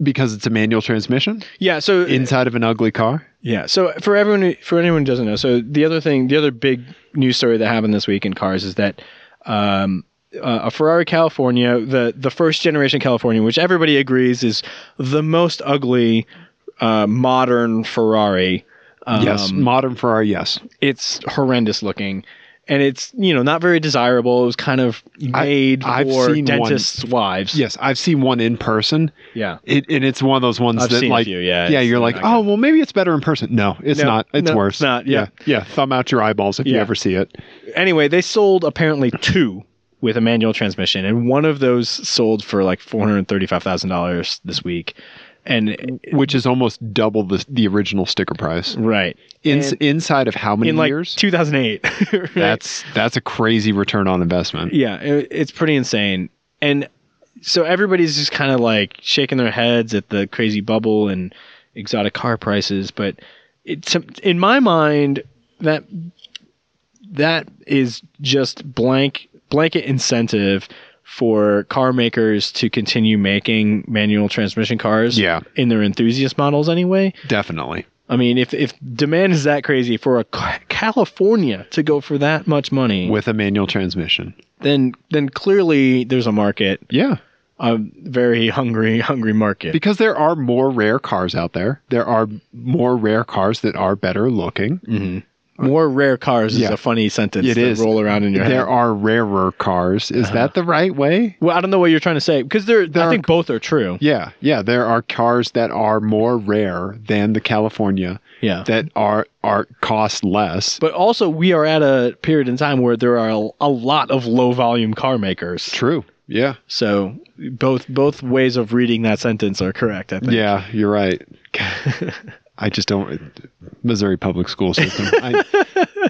Speaker 2: because it's a manual transmission
Speaker 1: yeah so
Speaker 2: inside of an ugly car.
Speaker 1: Yeah. So for everyone, who- for anyone who doesn't know, so the other thing, the other big news story that happened this week in cars is that um, uh, a Ferrari California, the the first generation California, which everybody agrees is the most ugly uh, modern Ferrari. Um,
Speaker 2: yes, modern Ferrari. Yes,
Speaker 1: It's horrendous looking. And it's you know not very desirable. It was kind of made
Speaker 2: I've
Speaker 1: for
Speaker 2: seen one-
Speaker 1: dentists' wives.
Speaker 2: yes. I've seen one in person.
Speaker 1: yeah.
Speaker 2: It, and it's one of those ones
Speaker 1: I've
Speaker 2: that
Speaker 1: seen a
Speaker 2: like
Speaker 1: few, yeah,
Speaker 2: yeah
Speaker 1: it's
Speaker 2: you're like
Speaker 1: not
Speaker 2: oh well maybe it's better in person. No, it's
Speaker 1: No,
Speaker 2: not. It's
Speaker 1: no,
Speaker 2: worse.
Speaker 1: it's not, yeah.
Speaker 2: yeah. Yeah. Thumb out your eyeballs if you
Speaker 1: Yeah.
Speaker 2: ever see it.
Speaker 1: anyway, they sold apparently two with a manual transmission, and one of those sold for like four hundred thirty-five thousand dollars this week. And
Speaker 2: which is almost double the the original sticker price.
Speaker 1: right
Speaker 2: In,
Speaker 1: And-
Speaker 2: inside of how many
Speaker 1: in like
Speaker 2: years?
Speaker 1: two thousand eight.
Speaker 2: That's that's a crazy return on investment.
Speaker 1: yeah, it, it's pretty insane. And so everybody's just kind of like shaking their heads at the crazy bubble and exotic car prices, but it's in my mind that that is just blank blanket incentive for car makers to continue making manual transmission cars
Speaker 2: Yeah.
Speaker 1: in their enthusiast models anyway.
Speaker 2: Definitely.
Speaker 1: I mean, if if demand is that crazy for a ca- California to go for that much money,
Speaker 2: With a manual transmission.
Speaker 1: then then clearly there's a market,
Speaker 2: Yeah.
Speaker 1: a very hungry hungry market.
Speaker 2: Because there are more rare cars out there. There are more rare cars that are better looking.
Speaker 1: Mhm. More rare cars is
Speaker 2: Yeah.
Speaker 1: a funny sentence
Speaker 2: It
Speaker 1: to
Speaker 2: is.
Speaker 1: roll around in your head.
Speaker 2: There are rarer cars. Is that the right way?
Speaker 1: well, I don't know what you're trying to say because there.
Speaker 2: There
Speaker 1: I
Speaker 2: are-
Speaker 1: think both are true.
Speaker 2: Yeah, yeah. There are cars that are more rare than the California
Speaker 1: Yeah.
Speaker 2: that are are cost less.
Speaker 1: But also, we are at a period in time where there are a, a lot of low volume car makers.
Speaker 2: True. Yeah.
Speaker 1: So both both ways of reading that sentence are correct. I think.
Speaker 2: Yeah, you're right. I just don't Missouri public school system. I,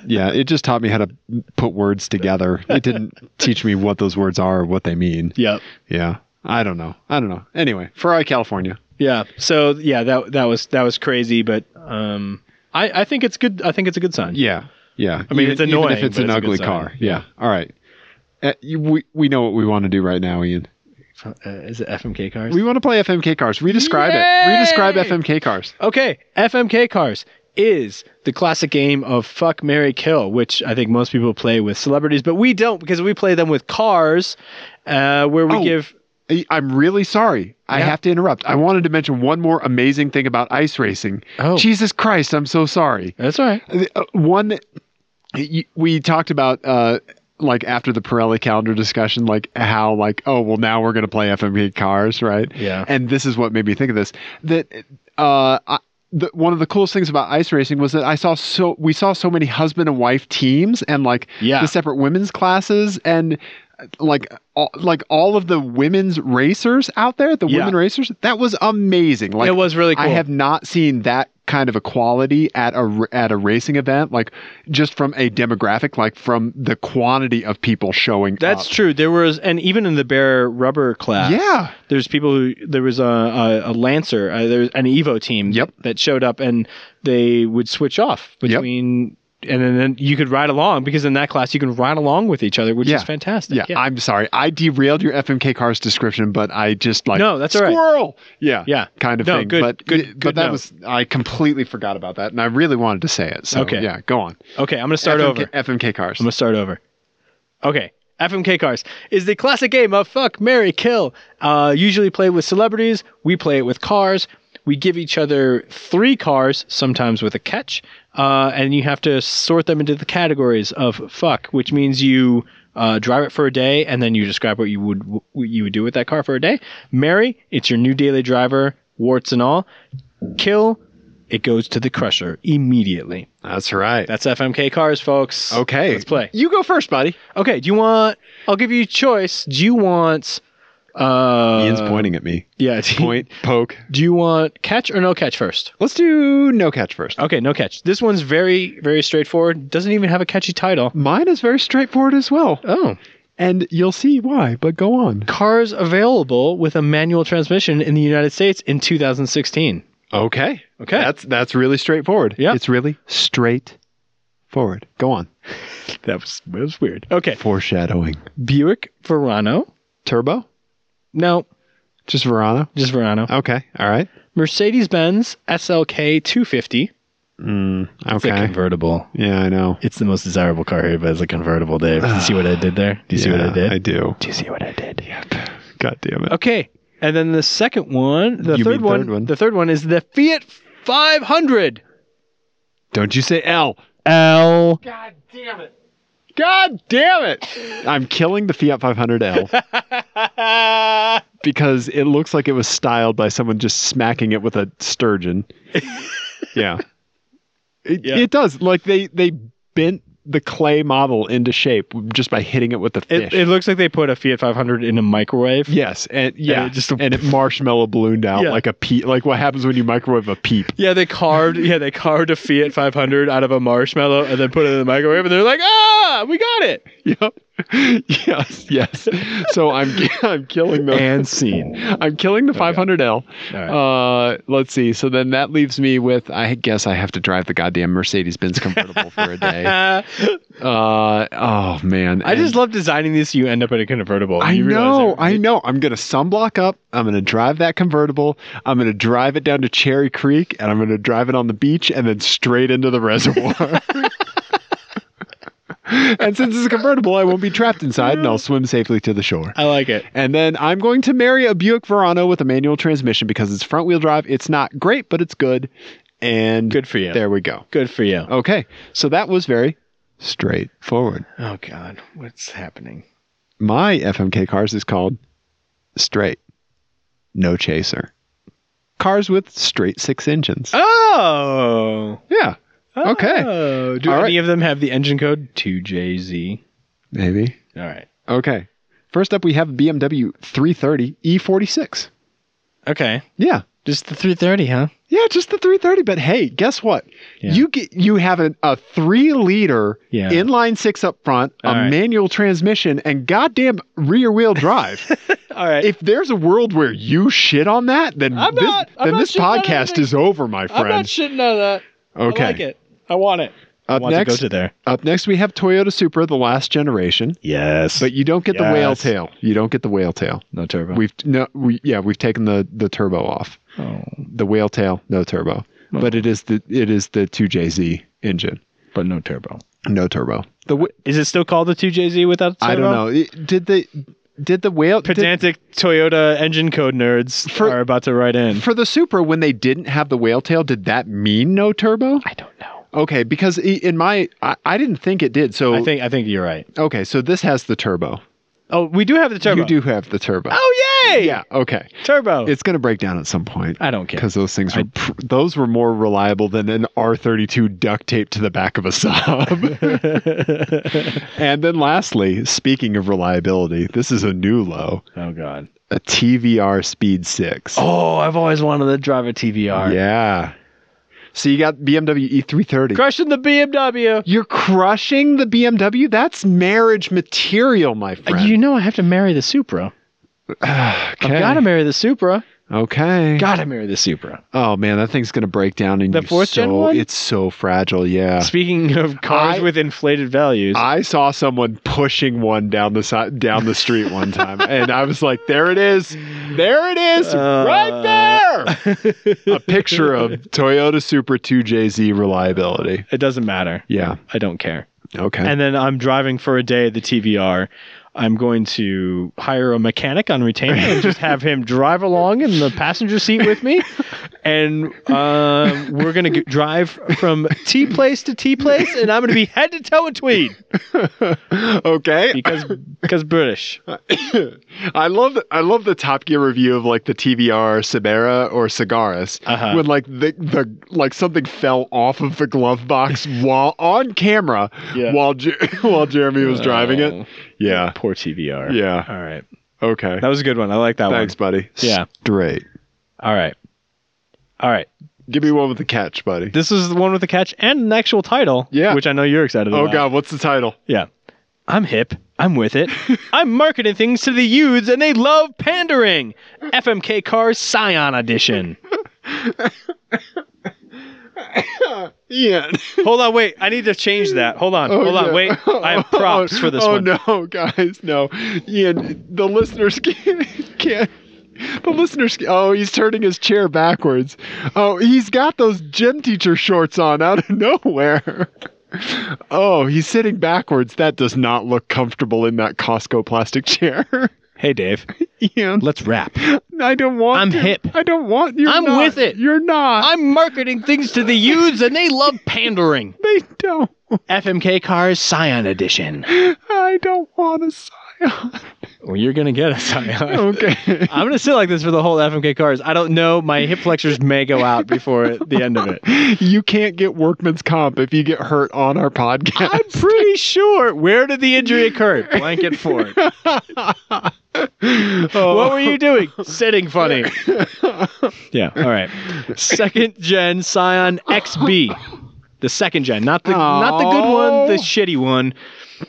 Speaker 2: yeah, it just taught me how to put words together. It didn't teach me what those words are or what they mean.
Speaker 1: Yep.
Speaker 2: Yeah. I don't know. I don't know. Anyway, Ferrari California.
Speaker 1: Yeah. So yeah, that that was that was crazy, but um, I I think it's good. I think it's a good sign.
Speaker 2: Yeah. Yeah.
Speaker 1: I mean, it's annoying,
Speaker 2: if it's
Speaker 1: but
Speaker 2: an
Speaker 1: it's a good
Speaker 2: ugly
Speaker 1: sign.
Speaker 2: car. Yeah. All right. Uh, you- we, we know what we want to do right now, Ian.
Speaker 1: Uh, is it FMK cars?
Speaker 2: We want to play FMK cars. Redescribe
Speaker 1: Yay!
Speaker 2: it. Redescribe FMK cars.
Speaker 1: Okay, FMK Cars is the classic game of fuck Mary Kill, which I think most people play with celebrities, but we don't because we play them with cars, uh, where we
Speaker 2: Oh.
Speaker 1: give
Speaker 2: I- I'm really sorry. I
Speaker 1: Yeah.
Speaker 2: have to interrupt. I wanted to mention one more amazing thing about ice racing.
Speaker 1: Oh.
Speaker 2: Jesus Christ, I'm so sorry.
Speaker 1: that's all right.
Speaker 2: The, uh, One that- y- we talked about uh like after the Pirelli calendar discussion, like how like oh well now we're gonna play FMK cars, right?
Speaker 1: Yeah.
Speaker 2: And this is what made me think of this. That uh, I, the, one of the coolest things about ice racing was that I saw so we saw so many husband and wife teams and like
Speaker 1: Yeah.
Speaker 2: the separate women's classes and uh, like all, like all of the women's racers out there, the
Speaker 1: Yeah.
Speaker 2: women racers. That was amazing. Like
Speaker 1: it was really cool.
Speaker 2: I have not seen that kind of equality at a r- at a racing event, like just from a demographic, like from the quantity of people showing
Speaker 1: that's
Speaker 2: up.
Speaker 1: true. There was, and even in the bare rubber class,
Speaker 2: uh, Yeah.
Speaker 1: there's people who there was a a, a lancer, uh, there's an Evo team,
Speaker 2: Yep.
Speaker 1: that showed up, and they would switch off
Speaker 2: Yep.
Speaker 1: between, and then, then you could ride along because in that class you can ride along with each other, which
Speaker 2: Yeah.
Speaker 1: is fantastic.
Speaker 2: Yeah, I'm sorry. I derailed your FMK cars description, but I just like
Speaker 1: No, that's all right.
Speaker 2: squirrel. Yeah,
Speaker 1: Yeah.
Speaker 2: kind of
Speaker 1: No,
Speaker 2: thing.
Speaker 1: good-
Speaker 2: but
Speaker 1: good-
Speaker 2: but
Speaker 1: good
Speaker 2: that
Speaker 1: note.
Speaker 2: was I completely forgot about that, and I really wanted to say it. So
Speaker 1: Okay.
Speaker 2: yeah, go on.
Speaker 1: okay, I'm gonna start
Speaker 2: FMK,
Speaker 1: over.
Speaker 2: FMK cars.
Speaker 1: I'm gonna start over. Okay. FMK Cars is the classic game of fuck, marry, kill. Uh, usually played with celebrities. We play it with cars. We give each other three cars, sometimes with a catch, uh, and you have to sort them into the categories of fuck, which means you uh, drive it for a day and then you describe what you would what you would do with that car for a day. Marry, it's your new daily driver, warts and all. Kill, it goes to the crusher immediately.
Speaker 2: that's right.
Speaker 1: That's FMK Cars, folks.
Speaker 2: okay,
Speaker 1: let's play.
Speaker 2: You go first, buddy.
Speaker 1: Okay, do you want? I'll give you a choice. Do you want? Uh,
Speaker 2: Ian's pointing at me.
Speaker 1: Yeah. Do you,
Speaker 2: Point, poke.
Speaker 1: do you want catch or no catch first?
Speaker 2: Let's do no catch first.
Speaker 1: Okay, no catch. This one's very, very straightforward. Doesn't even have a catchy title.
Speaker 2: Mine is very straightforward as well.
Speaker 1: Oh,
Speaker 2: And you'll see why, but go on.
Speaker 1: cars available with a manual transmission in the United States in 2016.
Speaker 2: Okay.
Speaker 1: Okay.
Speaker 2: That's that's really straightforward.
Speaker 1: Yeah.
Speaker 2: It's really straightforward. Go on.
Speaker 1: That was, that was weird. Okay,
Speaker 2: Foreshadowing.
Speaker 1: Buick Verano.
Speaker 2: Turbo?
Speaker 1: No,
Speaker 2: Just Verano?
Speaker 1: just Verano.
Speaker 2: Okay. All right.
Speaker 1: Mercedes Benz SLK 250.
Speaker 2: Mm,
Speaker 1: It's a
Speaker 2: okay.
Speaker 1: convertible.
Speaker 2: Yeah, I know.
Speaker 1: It's the most desirable car here, but it's a convertible, Dave. Do you see what I did there? Do you see what I
Speaker 2: Yeah,
Speaker 1: did?
Speaker 2: I do.
Speaker 1: Do you see what I did?
Speaker 2: Yep. God damn it.
Speaker 1: Okay. And then the second one, the
Speaker 2: You
Speaker 1: third
Speaker 2: mean
Speaker 1: one,
Speaker 2: third one.
Speaker 1: the third one is the Fiat 500
Speaker 2: Don't you say L.
Speaker 1: L.
Speaker 2: God damn it. I'm killing the Fiat 500L because it looks like it was styled by someone just smacking it with a sturgeon. yeah. It,
Speaker 1: Yeah.
Speaker 2: it does. Like they they bent the clay model into shape just by hitting it with a fish.
Speaker 1: It, it looks like they put a Fiat 500 in a microwave.
Speaker 2: yes, and yeah,
Speaker 1: it
Speaker 2: and it,
Speaker 1: just-
Speaker 2: marshmallow ballooned out
Speaker 1: Yeah.
Speaker 2: like a peep. Like what happens when you microwave a peep?
Speaker 1: Yeah, they carved. Yeah, they carved a Fiat 500 out of a marshmallow and then put it in the microwave, and they're like, "Ah, we got it!"
Speaker 2: Yep. yes, yes. So I'm I'm killing the
Speaker 1: And scene. Oh,
Speaker 2: I'm killing the 500L.
Speaker 1: All right.
Speaker 2: Uh, let's see. So then that leaves me with I guess I have to drive the goddamn Mercedes Benz convertible for a day.
Speaker 1: Ah.
Speaker 2: Uh, oh man,
Speaker 1: I just
Speaker 2: And
Speaker 1: love designing these. so You end up in a convertible.
Speaker 2: I
Speaker 1: You realize
Speaker 2: know,
Speaker 1: that-
Speaker 2: I know. I'm gonna sunblock up. I'm gonna drive that convertible. I'm gonna drive it down to Cherry Creek, and I'm gonna drive it on the beach, and then straight into the reservoir. and since it's a convertible, I won't be trapped inside, and I'll swim safely to the shore.
Speaker 1: I like it.
Speaker 2: And then I'm going to marry a Buick Verano with a manual transmission because it's front wheel drive. It's not great, but it's good. And
Speaker 1: Good for you.
Speaker 2: there we go.
Speaker 1: Good for you.
Speaker 2: Okay. So that was very straightforward.
Speaker 1: Oh God, what's happening?
Speaker 2: My FMK cars is called Straight No Chaser. Cars with straight six engines.
Speaker 1: Oh.
Speaker 2: Yeah. Okay.
Speaker 1: Oh. Do
Speaker 2: All
Speaker 1: any
Speaker 2: right.
Speaker 1: of them have the engine code two JZ?
Speaker 2: Maybe.
Speaker 1: All right.
Speaker 2: Okay. First up, we have BMW 330 E46.
Speaker 1: Okay.
Speaker 2: Yeah.
Speaker 1: Just the 330, huh?
Speaker 2: Yeah, just the 330. But hey, guess what?
Speaker 1: Yeah.
Speaker 2: You get you have a, a three liter
Speaker 1: Yeah.
Speaker 2: inline six up front,
Speaker 1: All
Speaker 2: a
Speaker 1: right.
Speaker 2: manual transmission, and goddamn rear wheel drive.
Speaker 1: All right.
Speaker 2: if there's a world where you shit on that, then
Speaker 1: I'm
Speaker 2: this,
Speaker 1: not- I'm
Speaker 2: then
Speaker 1: not
Speaker 2: this
Speaker 1: shitting on
Speaker 2: podcast
Speaker 1: anything.
Speaker 2: is over, my
Speaker 1: I'm not
Speaker 2: friend.
Speaker 1: shitting on that.
Speaker 2: okay.
Speaker 1: I like it. I want it. I
Speaker 2: Up
Speaker 1: want
Speaker 2: next,
Speaker 1: to go to there.
Speaker 2: up next, we have Toyota Supra, the last generation.
Speaker 1: Yes.
Speaker 2: But you don't get the whale
Speaker 1: Yes.
Speaker 2: tail. You don't get the whale tail.
Speaker 1: no turbo.
Speaker 2: We've no, we yeah, we've taken the the turbo off.
Speaker 1: oh.
Speaker 2: The whale tail, no turbo.
Speaker 1: Oh.
Speaker 2: But it is the it is the 2JZ engine,
Speaker 1: But no turbo.
Speaker 2: no turbo. The wh-
Speaker 1: Is it still called the 2JZ without the turbo?
Speaker 2: I don't know. It- Did the did the whale did-
Speaker 1: Pedantic Toyota engine code nerds
Speaker 2: For-
Speaker 1: are about to write in.
Speaker 2: for the Supra when they didn't have the whale tail? Did that mean no turbo?
Speaker 1: I don't know.
Speaker 2: Okay, because i- in my I, I didn't think it did. So
Speaker 1: I think I think you're right.
Speaker 2: okay, so this has the turbo.
Speaker 1: Oh, we do have the turbo.
Speaker 2: You do have the turbo.
Speaker 1: Oh yay!
Speaker 2: Yeah. Okay.
Speaker 1: Turbo.
Speaker 2: It's gonna break down at some point.
Speaker 1: I don't care.
Speaker 2: because those things were pr- those were more reliable than an R32 duct taped to the back of a Saab. and then lastly, speaking of reliability, this is a new low,
Speaker 1: oh god.
Speaker 2: a TVR Speed 6.
Speaker 1: Oh, I've always wanted to drive a TVR.
Speaker 2: yeah. So you got BMW E330.
Speaker 1: Crushing the BMW.
Speaker 2: E You're crushing the BMW? That's marriage material, my friend.
Speaker 1: Uh, You know I have to marry the Supra.
Speaker 2: okay.
Speaker 1: I've got to marry the Supra.
Speaker 2: okay.
Speaker 1: Got to marry the Supra.
Speaker 2: Oh man, that thing's going to break down in
Speaker 1: The
Speaker 2: you
Speaker 1: fourth gen
Speaker 2: so-
Speaker 1: one?
Speaker 2: It's so fragile, yeah.
Speaker 1: Uh, Speaking of cars
Speaker 2: I-
Speaker 1: with inflated values,
Speaker 2: I saw someone pushing one down the side, down the street one time, and I was like, "There it is, there it is,
Speaker 1: Uh.
Speaker 2: right there." A picture of Toyota Supra 2JZ reliability.
Speaker 1: it doesn't matter.
Speaker 2: Yeah.
Speaker 1: I don't care.
Speaker 2: Okay.
Speaker 1: And then I'm driving for a day the TVR. I'm going to hire a mechanic on retainer and just have him drive along in the passenger seat with me. And um, we're going to g- drive from T place to T place, and I'm going to be head to toe in tweed
Speaker 2: okay.
Speaker 1: because because British.
Speaker 2: I love I love the Top Gear review of like the TVR Sibera or Cigaris
Speaker 1: Uh-huh.
Speaker 2: when like the the like something fell off of the glove box while on camera
Speaker 1: Yeah.
Speaker 2: while Jer- while Jeremy was driving
Speaker 1: Oh,
Speaker 2: it. Yeah.
Speaker 1: Poor TVR.
Speaker 2: Yeah.
Speaker 1: All right.
Speaker 2: Okay.
Speaker 1: That was a good one. I like that
Speaker 2: Thanks, buddy.
Speaker 1: Yeah. one.
Speaker 2: Straight.
Speaker 1: All right. All right.
Speaker 2: Give me one with the catch, buddy.
Speaker 1: This is the one with the catch and an actual title.
Speaker 2: Yeah.
Speaker 1: Which I know you're excited
Speaker 2: Oh
Speaker 1: about.
Speaker 2: God, what's the title?
Speaker 1: Yeah. I'm hip. I'm with it. I'm marketing things to the youths, and they love pandering. FMK Cars Scion Edition.
Speaker 2: Ian.
Speaker 1: Hold on, wait. I need to change that. Hold on.
Speaker 2: Oh,
Speaker 1: hold on,
Speaker 2: yeah.
Speaker 1: wait. I have
Speaker 2: Oh,
Speaker 1: props for this
Speaker 2: Oh
Speaker 1: one.
Speaker 2: no, guys, no. Ian, the listeners can't. can't the listeners. ca- Oh, he's turning his chair backwards. Oh, he's got those gym teacher shorts on out of nowhere. Oh, he's sitting backwards. That does not look comfortable in that Costco plastic chair.
Speaker 1: Hey, Dave.
Speaker 2: Ian,
Speaker 1: Let's rap.
Speaker 2: I don't want.
Speaker 1: I'm
Speaker 2: to.
Speaker 1: hip.
Speaker 2: I don't want. You're
Speaker 1: I'm
Speaker 2: not.
Speaker 1: with it.
Speaker 2: You're not.
Speaker 1: I'm marketing things to the youths, and they love pandering.
Speaker 2: they don't.
Speaker 1: FMK Cars Scion Edition.
Speaker 2: I don't want a scion.
Speaker 1: Well, you're going to get a Scion.
Speaker 2: Okay.
Speaker 1: I'm going to sit like this for the whole FMK Cars. I don't know. My hip flexors may go out before the end of it.
Speaker 2: you can't get workman's comp if you get hurt on our podcast.
Speaker 1: I'm pretty sure. Where did the injury occur? Blanket Ford. What
Speaker 2: Oh,
Speaker 1: were you doing? Sitting funny. Yeah. All right. Second gen Scion XB. The second gen, not the not the good one, the
Speaker 2: Oh.
Speaker 1: shitty one.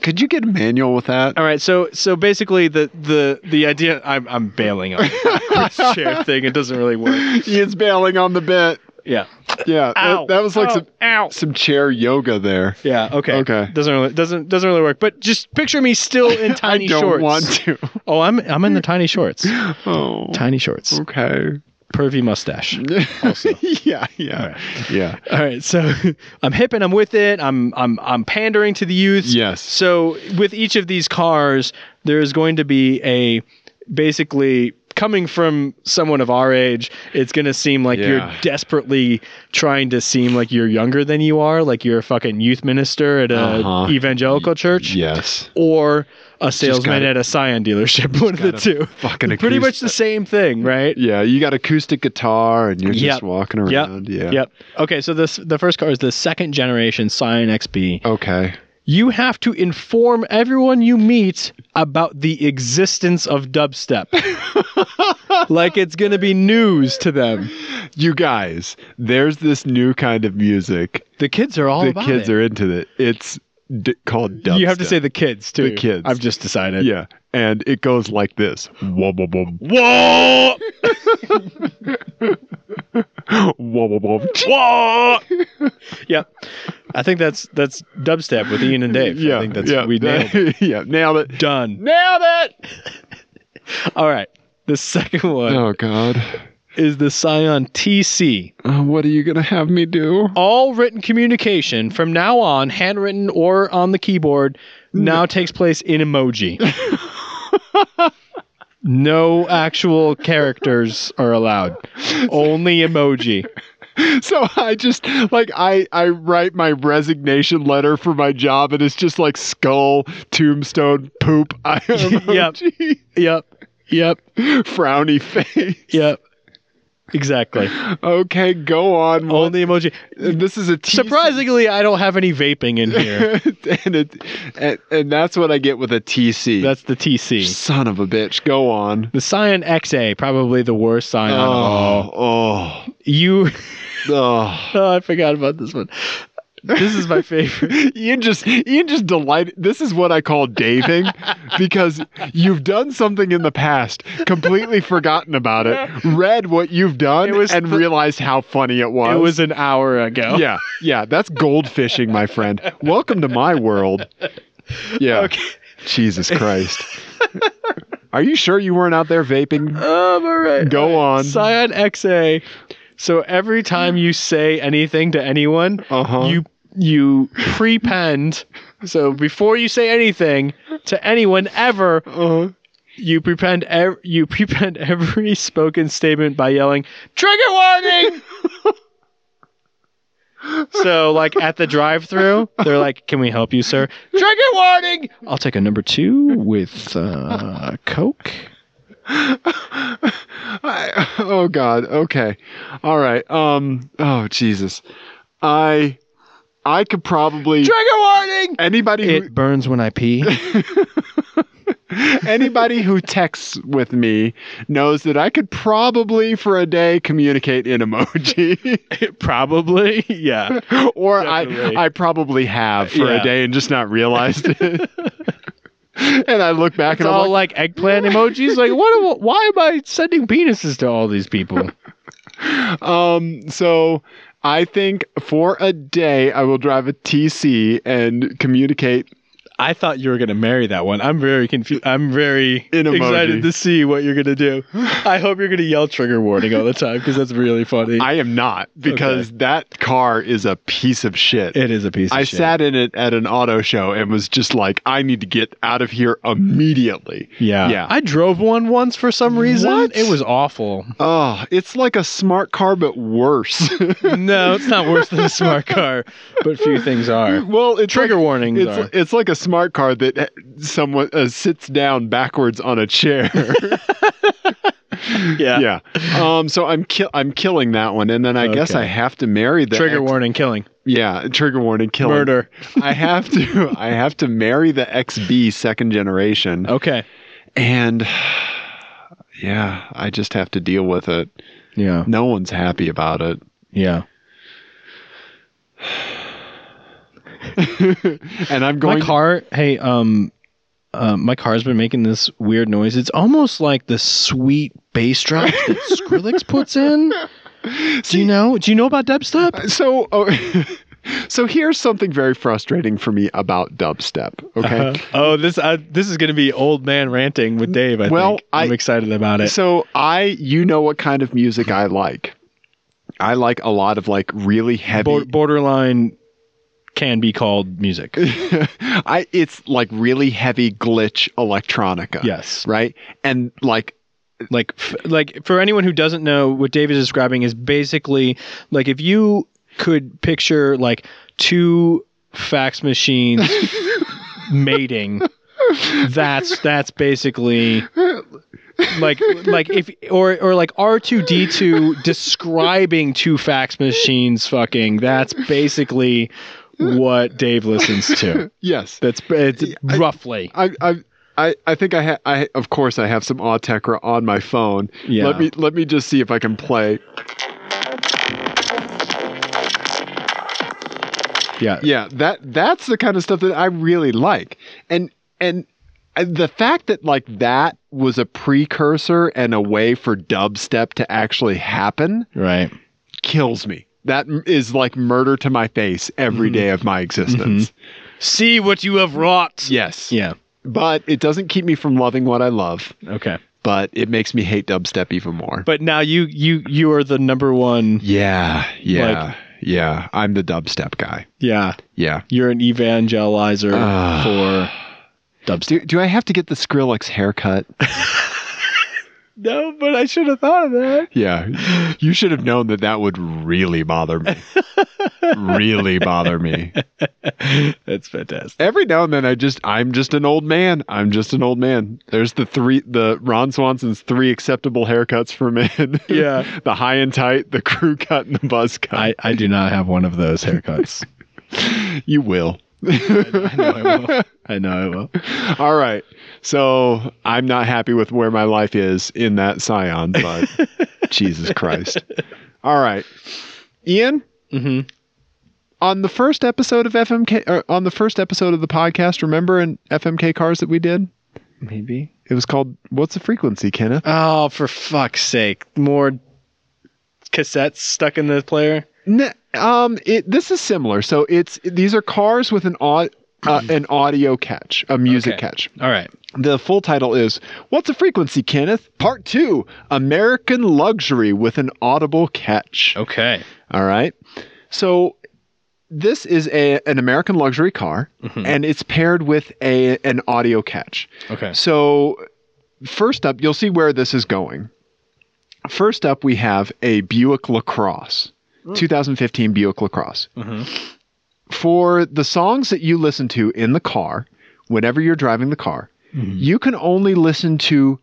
Speaker 2: could you get a manual with that?
Speaker 1: All right, so so basically the the the idea I'm I'm bailing on this chair thing. It doesn't really work.
Speaker 2: Ian's bailing on the bit.
Speaker 1: Yeah.
Speaker 2: Yeah,
Speaker 1: Ow. Oh.
Speaker 2: that, that was like
Speaker 1: Ow.
Speaker 2: some
Speaker 1: Ow.
Speaker 2: some chair yoga there.
Speaker 1: Yeah. Okay.
Speaker 2: Okay.
Speaker 1: Doesn't really doesn't doesn't really work. But just picture me still in tiny
Speaker 2: I don't
Speaker 1: shorts.
Speaker 2: want to.
Speaker 1: Oh, I'm I'm in the tiny shorts.
Speaker 2: Oh,
Speaker 1: Tiny shorts.
Speaker 2: okay.
Speaker 1: Pervy mustache.
Speaker 2: yeah, yeah,
Speaker 1: All right.
Speaker 2: yeah.
Speaker 1: All right, so I'm hip and I'm with it. I'm I'm I'm pandering to the youth.
Speaker 2: Yes.
Speaker 1: So with each of these cars, there is going to be a basically coming from someone of our age, it's gonna seem like you're
Speaker 2: Yeah.
Speaker 1: desperately trying to seem like you're younger than you are, like you're a fucking youth minister at a
Speaker 2: Uh-huh.
Speaker 1: evangelical church,
Speaker 2: Yes.
Speaker 1: or a salesman
Speaker 2: gotta-
Speaker 1: at a Scion dealership. One of the
Speaker 2: gotta
Speaker 1: two.
Speaker 2: Fucking
Speaker 1: Pretty
Speaker 2: acoust-
Speaker 1: much the same thing, right?
Speaker 2: Yeah, you got acoustic guitar and you're just
Speaker 1: Yep.
Speaker 2: walking
Speaker 1: Yep.
Speaker 2: around. Yeah.
Speaker 1: Yep. Okay, so this the first car is the second generation Scion XB.
Speaker 2: Okay.
Speaker 1: You have to inform everyone you meet about the existence of dubstep. like it's going to be news to them.
Speaker 2: You guys, there's this new kind of music.
Speaker 1: The kids are all
Speaker 2: the
Speaker 1: about
Speaker 2: kids
Speaker 1: it.
Speaker 2: are into it. It's d- called dubstep.
Speaker 1: You have to say the kids too.
Speaker 2: The kids.
Speaker 1: I've just decided.
Speaker 2: Yeah, and it goes like this. Whoa, whoa, whoa.
Speaker 1: Whoa!
Speaker 2: Whoa, whoa, whoa.
Speaker 1: Whoa! yep. I think that's that's dubstep with Ian and Dave.
Speaker 2: Yeah,
Speaker 1: I think that's
Speaker 2: yeah,
Speaker 1: we nailed it.
Speaker 2: yeah, nailed it.
Speaker 1: Done.
Speaker 2: Nailed it.
Speaker 1: All right. The second one
Speaker 2: Oh God,
Speaker 1: is the Scion TC.
Speaker 2: Uh, what are you gonna have me do?
Speaker 1: all written communication from now on, handwritten or on the keyboard, now takes place in emoji. no actual characters are allowed. Only emoji.
Speaker 2: So I just like I I write my resignation letter for my job, and it's just like skull, tombstone, poop, I emoji,
Speaker 1: Yep. Yep.
Speaker 2: frowny face.
Speaker 1: Yep. Exactly.
Speaker 2: Okay, go on. What-
Speaker 1: Only emoji.
Speaker 2: This is a TC.
Speaker 1: Oh, Surprisingly, I don't have any vaping in here.
Speaker 2: and it and, and that's what I get with a TC.
Speaker 1: That's the TC.
Speaker 2: son of a bitch. Go on.
Speaker 1: The Scion XA, probably the worst Scion. of all.
Speaker 2: oh,
Speaker 1: You,
Speaker 2: oh.
Speaker 1: oh, I forgot about this one. This is my favorite.
Speaker 2: Ian just Ian just delight. This is what I call daving, because you've done something in the past, completely forgotten about it, read what you've done,
Speaker 1: It was
Speaker 2: and
Speaker 1: the-
Speaker 2: realized how funny it was.
Speaker 1: It was an hour ago.
Speaker 2: yeah, yeah. That's gold fishing, my friend. Welcome to my world. Yeah.
Speaker 1: Okay.
Speaker 2: Jesus Christ. Are you sure you weren't out there vaping?
Speaker 1: Um, all right.
Speaker 2: Go on.
Speaker 1: Scion XA. So every time you say anything to anyone,
Speaker 2: Uh-huh.
Speaker 1: you you prepend. So before you say anything to anyone ever,
Speaker 2: Uh,
Speaker 1: you prepend ev- you prepend every spoken statement by yelling "trigger warning." so like at the drive-through, they're like, "Can we help you, sir?" Trigger warning. I'll take a number two with uh, Coke.
Speaker 2: I, oh God. Okay. All right. Um. Oh Jesus. I. I could probably
Speaker 1: Trigger warning.
Speaker 2: anybody who,
Speaker 1: It burns when I pee.
Speaker 2: anybody who texts with me knows that I could probably for a day communicate in emoji,
Speaker 1: Probably, yeah.
Speaker 2: or
Speaker 1: Definitely.
Speaker 2: I I probably have for
Speaker 1: Yeah.
Speaker 2: a day and just not realized it. and I look back
Speaker 1: It's
Speaker 2: and I'm
Speaker 1: all
Speaker 2: like,
Speaker 1: like eggplant emojis. Like, what? am- Why am I sending penises to all these people?
Speaker 2: Um, so I think for a day I will drive a TC and communicate.
Speaker 1: I thought you were gonna marry that one. I'm very confused. I'm very
Speaker 2: In emoji.
Speaker 1: excited to see what you're gonna do. I hope you're gonna yell trigger warning all the time because that's really funny.
Speaker 2: I am not because that car is a piece of shit.
Speaker 1: it is a piece. of
Speaker 2: I
Speaker 1: shit.
Speaker 2: sat in it at an auto show and was just like, I need to get out of here immediately.
Speaker 1: Yeah.
Speaker 2: Yeah.
Speaker 1: I drove one once for some reason.
Speaker 2: What?
Speaker 1: It was awful.
Speaker 2: Oh, it's like a smart car, but worse.
Speaker 1: no, it's not worse than a smart car, but few things are.
Speaker 2: well, it's
Speaker 1: Trigger
Speaker 2: like,
Speaker 1: warnings
Speaker 2: It's
Speaker 1: are.
Speaker 2: it's like a smart car that eh, someone uh, sits down backwards on a chair. yeah. Um. So I'm kill I'm killing that one, and then I guess
Speaker 1: Okay.
Speaker 2: I have to marry the
Speaker 1: Trigger
Speaker 2: X-
Speaker 1: warning, killing,
Speaker 2: Yeah, trigger warning, kill him.
Speaker 1: murder.
Speaker 2: I have to I have to marry the XB second generation.
Speaker 1: Okay.
Speaker 2: And yeah, I just have to deal with it.
Speaker 1: Yeah.
Speaker 2: No one's happy about it.
Speaker 1: Yeah.
Speaker 2: and I'm
Speaker 1: my
Speaker 2: going
Speaker 1: car hey um uh, my car's been making this weird noise it's almost like the sweet bass drop that skrillex puts in do you know do you know about dubstep
Speaker 2: so oh, So here's something very frustrating for me about dubstep, okay?
Speaker 1: oh this uh, this is gonna be old man ranting with dave i
Speaker 2: Well,
Speaker 1: think i'm
Speaker 2: I-
Speaker 1: excited about it
Speaker 2: So I you know what kind of music I like. I like a lot of like really heavy
Speaker 1: Bor- borderline can be called music
Speaker 2: I it's like really heavy glitch electronica.
Speaker 1: yes
Speaker 2: right? And like
Speaker 1: like f- like for anyone who doesn't know what David is describing is basically like if you could picture like two fax machines mating that's that's basically like like if or or like R2D2 describing two fax machines fucking that's basically what Dave listens to
Speaker 2: yes.
Speaker 1: that's it's
Speaker 2: I-
Speaker 1: roughly
Speaker 2: I, I, I, I think I, ha- I, of course, I have some Autechra on my phone.
Speaker 1: Yeah.
Speaker 2: Let me, let me just see if I can play.
Speaker 1: yeah
Speaker 2: Yeah, that, that's the kind of stuff that I really like, and, and uh, the fact that like that was a precursor and a way for dubstep to actually happen
Speaker 1: right
Speaker 2: kills me. That m- is like murder to my face every day of my existence.
Speaker 1: see what you have wrought
Speaker 2: Mm-hmm. Yes.
Speaker 1: yeah
Speaker 2: But it doesn't keep me from loving what I love,
Speaker 1: okay
Speaker 2: but it makes me hate dubstep even more.
Speaker 1: but now you you you are the number one
Speaker 2: Yeah, yeah, yeah. I'm the dubstep guy.
Speaker 1: yeah
Speaker 2: Yeah.
Speaker 1: you're an evangelizer
Speaker 2: Ah.
Speaker 1: for dubstep
Speaker 2: Do do I have to get the Skrillex haircut?
Speaker 1: no but i should have thought of that
Speaker 2: yeah. You should have known that that would really bother me. really bother me.
Speaker 1: that's fantastic
Speaker 2: Every now and then I just I'm just an old man. I'm just an old man. There's the three the Ron Swanson's three acceptable haircuts for men.
Speaker 1: Yeah.
Speaker 2: the high and tight, the crew cut and the buzz cut.
Speaker 1: i i do not have one of those haircuts
Speaker 2: you will.
Speaker 1: i know i will i know i will
Speaker 2: All right. So I'm not happy with where my life is in that scion, but Jesus Christ. All right. Ian,
Speaker 1: Mhm.
Speaker 2: on the first episode of FMK, or er, on the first episode of the podcast, remember in FMK cars that we did?
Speaker 1: maybe
Speaker 2: It was called What's the Frequency, Kenneth?
Speaker 1: oh for fuck's sake more cassettes stuck in the player
Speaker 2: N- um, it, this is similar. So it's these are cars with an au- uh, an audio catch, a music
Speaker 1: Okay.
Speaker 2: catch.
Speaker 1: all right
Speaker 2: The full title is What's a Frequency, Kenneth? Part 2 American Luxury with an Audible Catch.
Speaker 1: okay
Speaker 2: All right. So this is a, an American luxury car and it's paired with a, an audio catch.
Speaker 1: okay
Speaker 2: So, first up, you'll see where this is going. First up, we have a Buick LaCrosse, 2015 Buick LaCrosse. For the songs that you listen to in the car, whenever you're driving the car, you can only listen to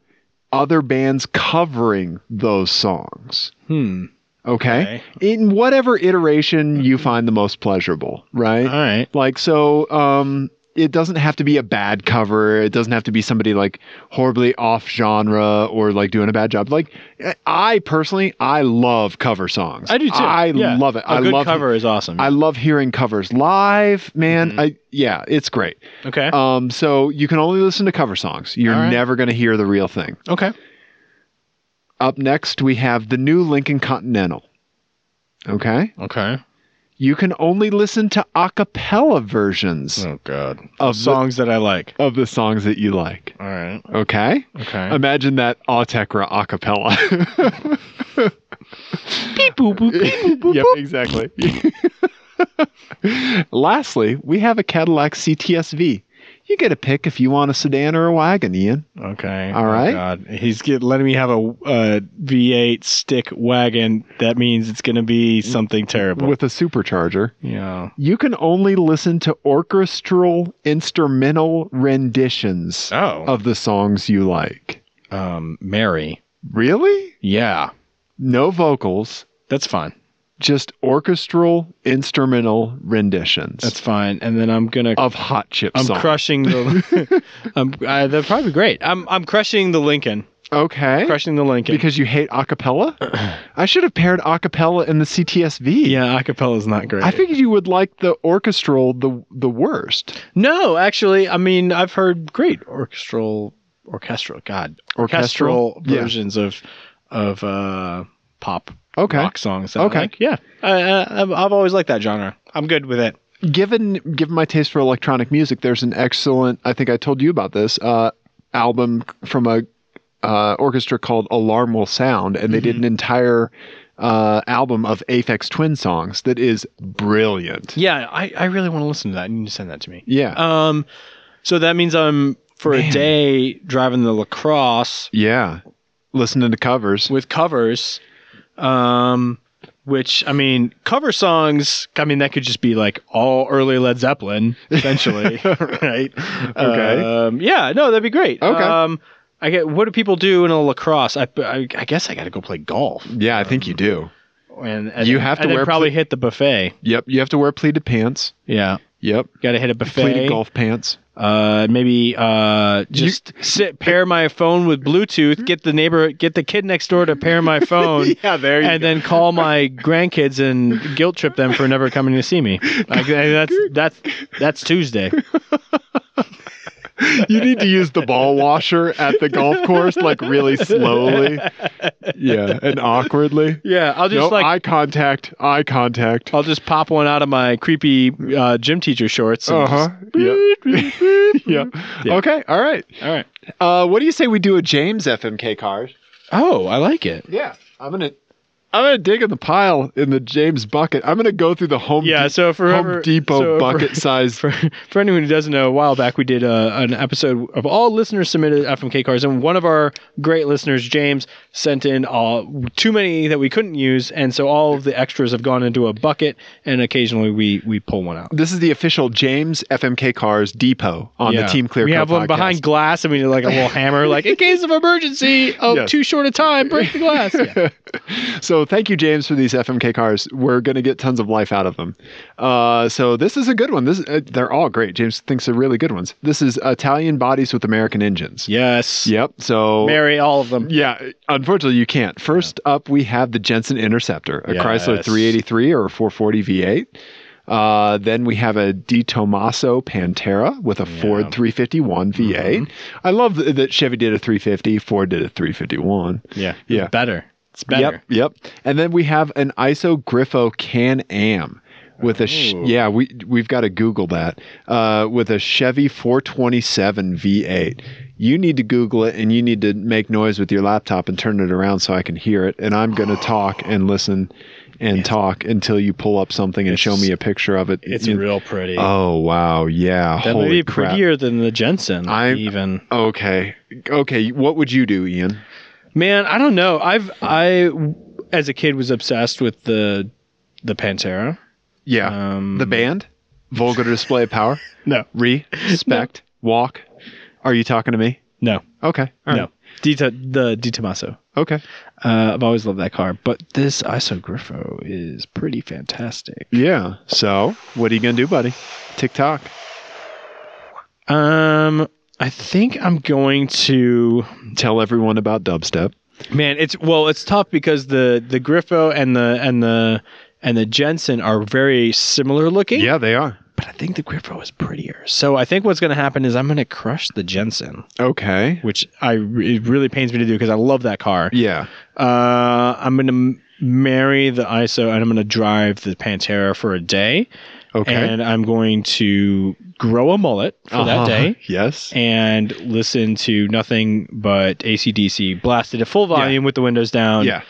Speaker 2: other bands covering those songs.
Speaker 1: hmm
Speaker 2: Okay? In whatever iteration you find the most pleasurable, right?
Speaker 1: all right
Speaker 2: Like so, um, it doesn't have to be a bad cover. It doesn't have to be somebody like horribly off genre or like doing a bad job. Like I personally, I love cover songs.
Speaker 1: i do too
Speaker 2: I
Speaker 1: Yeah.
Speaker 2: love it.
Speaker 1: A
Speaker 2: I
Speaker 1: good
Speaker 2: love
Speaker 1: cover Mm-hmm. is awesome
Speaker 2: I love hearing covers live, man. I yeah, it's great.
Speaker 1: okay
Speaker 2: Um, so you can only listen to cover songs. You're
Speaker 1: All right.
Speaker 2: never gonna hear the real thing.
Speaker 1: okay
Speaker 2: Up next, we have the new Lincoln Continental. Okay,
Speaker 1: okay
Speaker 2: you can only listen to a cappella versions
Speaker 1: Oh God!
Speaker 2: Of the-
Speaker 1: songs that I like.
Speaker 2: of the songs that you like.
Speaker 1: All right.
Speaker 2: Okay.
Speaker 1: Okay.
Speaker 2: Imagine that Autechra acapella. yep, exactly. Lastly, we have a Cadillac CTSV. You get a pick if you want a sedan or a wagon, Ian.
Speaker 1: Okay.
Speaker 2: All
Speaker 1: Oh,
Speaker 2: right.
Speaker 1: God. He's get, letting me have a uh, V8 stick wagon. That means it's going to be something terrible.
Speaker 2: With a supercharger.
Speaker 1: yeah.
Speaker 2: You can only listen to orchestral instrumental renditions
Speaker 1: Oh.
Speaker 2: of the songs you like.
Speaker 1: Um, Mary.
Speaker 2: Really?
Speaker 1: Yeah.
Speaker 2: No vocals,
Speaker 1: That's fine.
Speaker 2: just orchestral instrumental renditions
Speaker 1: That's fine. And then I'm gonna.
Speaker 2: of hot chip
Speaker 1: I'm
Speaker 2: songs.
Speaker 1: crushing the. I'm. I, that'd probably be great. I'm. I'm crushing the Lincoln.
Speaker 2: Okay.
Speaker 1: Crushing the Lincoln.
Speaker 2: Because you hate acapella? I should have paired acapella and the CTSV.
Speaker 1: yeah, acapella's not great.
Speaker 2: I figured you would like the orchestral the the worst.
Speaker 1: No, actually, I mean I've heard great orchestral, orchestral, God, orchestral,
Speaker 2: Orchestral? Yeah.
Speaker 1: versions of of uh, pop
Speaker 2: Okay.
Speaker 1: rock songs. that I
Speaker 2: Okay.
Speaker 1: like. yeah, I, I, I've I've always liked that genre. I'm good with it.
Speaker 2: Given given my taste for electronic music, there's an excellent I think I told you about this uh, album from a uh, orchestra called Alarm Will Sound, and they did
Speaker 1: Mm-hmm.
Speaker 2: an entire uh, album of Aphex Twin songs that is brilliant.
Speaker 1: Yeah, I, I really want to listen to that. You need to send that to me.
Speaker 2: Yeah.
Speaker 1: Um, so that means I'm for a
Speaker 2: Man.
Speaker 1: day driving the lacrosse.
Speaker 2: yeah. listening to covers.
Speaker 1: with covers, um, which I mean, cover songs. I mean, that could just be like all early Led Zeppelin, essentially, right?
Speaker 2: Okay.
Speaker 1: Um, yeah. No, that'd be great.
Speaker 2: Okay.
Speaker 1: Um, I get. What do people do in a lacrosse? I, I, I guess I got to go play golf.
Speaker 2: Yeah, I think you
Speaker 1: um,
Speaker 2: do.
Speaker 1: And, and
Speaker 2: You
Speaker 1: then-
Speaker 2: have to
Speaker 1: and then
Speaker 2: wear
Speaker 1: probably hit the buffet.
Speaker 2: Yep, you have to wear pleated pants.
Speaker 1: Yeah.
Speaker 2: Yep,
Speaker 1: Got to hit a buffet.
Speaker 2: pleated golf pants.
Speaker 1: Uh, maybe uh, just sit pair my phone with Bluetooth. Get the neighbor, get the kid next door to pair my phone.
Speaker 2: there
Speaker 1: and then call my grandkids and guilt trip them for never coming to see me. Like that's that's that's Tuesday.
Speaker 2: you need to use the ball washer at the golf course, like really slowly. Yeah, and awkwardly.
Speaker 1: Yeah, I'll just
Speaker 2: No
Speaker 1: like
Speaker 2: eye contact. Eye contact.
Speaker 1: I'll just pop one out of my creepy uh, gym teacher shorts. and
Speaker 2: Uh huh. Yeah. yeah.
Speaker 1: Yeah.
Speaker 2: Okay. All right.
Speaker 1: just- all right.
Speaker 2: Uh, what do you say we do a James FMK card?
Speaker 1: Oh, I like it.
Speaker 2: Yeah, I'm gonna. I'm gonna dig in the pile in the James bucket. I'm gonna go through the Home,
Speaker 1: Yeah.
Speaker 2: De-
Speaker 1: So for
Speaker 2: Home Depot bucket size.
Speaker 1: For, for anyone who doesn't know, a while back we did uh, an episode of all listeners submitted FMK cards, and one of our great listeners, James, sent in uh, too many that we couldn't use, and so all of the extras have gone into a bucket, and occasionally we we pull one out.
Speaker 2: This is the official James FMK Cars Depot on
Speaker 1: Yeah.
Speaker 2: the Team Clear.
Speaker 1: We have one behind glass, and we need like a little hammer, like in case of emergency, oh,
Speaker 2: Yes.
Speaker 1: too short a time, break the glass. Yeah.
Speaker 2: So thank you, James, for these FMK cars. We're gonna get tons of life out of them. Uh, so this is a good one. This uh, they're all great. James thinks they're really good ones. This is Italian bodies with American engines.
Speaker 1: Yes.
Speaker 2: Yep. So
Speaker 1: Marry all of them.
Speaker 2: Yeah, unfortunately you can't. First up, we have the Jensen Interceptor, a Chrysler
Speaker 1: Yes.
Speaker 2: 383 or a 440 V8. Uh, then we have a Di Tommaso Pantera with a Ford 351 V8.
Speaker 1: Mm-hmm.
Speaker 2: I love th- that Chevy did a 350, Ford did a 351.
Speaker 1: Yeah.
Speaker 2: Yeah.
Speaker 1: Better. It's better.
Speaker 2: Yep, yep. And then we have an ISO Griffo Can Am with a sh-
Speaker 1: Ooh.
Speaker 2: yeah we we've got to google that uh, with a Chevy 427 V8. You need to Google it and you need to make noise with your laptop and turn it around so I can hear it. And I'm gonna talk and listen and talk until you pull up something and show
Speaker 1: It's-
Speaker 2: me a picture of it.
Speaker 1: It's
Speaker 2: You-
Speaker 1: real pretty.
Speaker 2: oh wow yeah
Speaker 1: that may
Speaker 2: holy
Speaker 1: be
Speaker 2: crap.
Speaker 1: prettier than the Jensen.
Speaker 2: I'm-
Speaker 1: even.
Speaker 2: Okay okay what would you do Ian?
Speaker 1: Man, I don't know. I've I as a kid was obsessed with the the Pantera.
Speaker 2: Yeah
Speaker 1: Um,
Speaker 2: the band vulgar display of power.
Speaker 1: No,
Speaker 2: respect, walk. Are you talking to me?
Speaker 1: no,
Speaker 2: Okay. All
Speaker 1: no. Dita, the Di Tommaso.
Speaker 2: Okay.
Speaker 1: Uh, I've always loved that car, but this ISO Griffo is pretty fantastic.
Speaker 2: Yeah. So, what are you going to do, buddy? TikTok.
Speaker 1: Um, I think I'm going to.
Speaker 2: Tell everyone about dubstep.
Speaker 1: Man, it's well, it's tough because the the Griffo and the and the and the Jensen are very similar looking.
Speaker 2: they are.
Speaker 1: but I think the Griffo is prettier. So I think what's going to happen is I'm going to crush the Jensen.
Speaker 2: Okay.
Speaker 1: which I it really pains me to do because I love that car.
Speaker 2: Yeah.
Speaker 1: Uh, I'm gonna m- marry the ISO and I'm gonna drive the Pantera for a day,
Speaker 2: Okay.
Speaker 1: and I'm going to grow a mullet for
Speaker 2: Uh-huh.
Speaker 1: that day
Speaker 2: Yes.
Speaker 1: and listen to nothing but ACDC blasted at full volume with the windows down.
Speaker 2: yeah.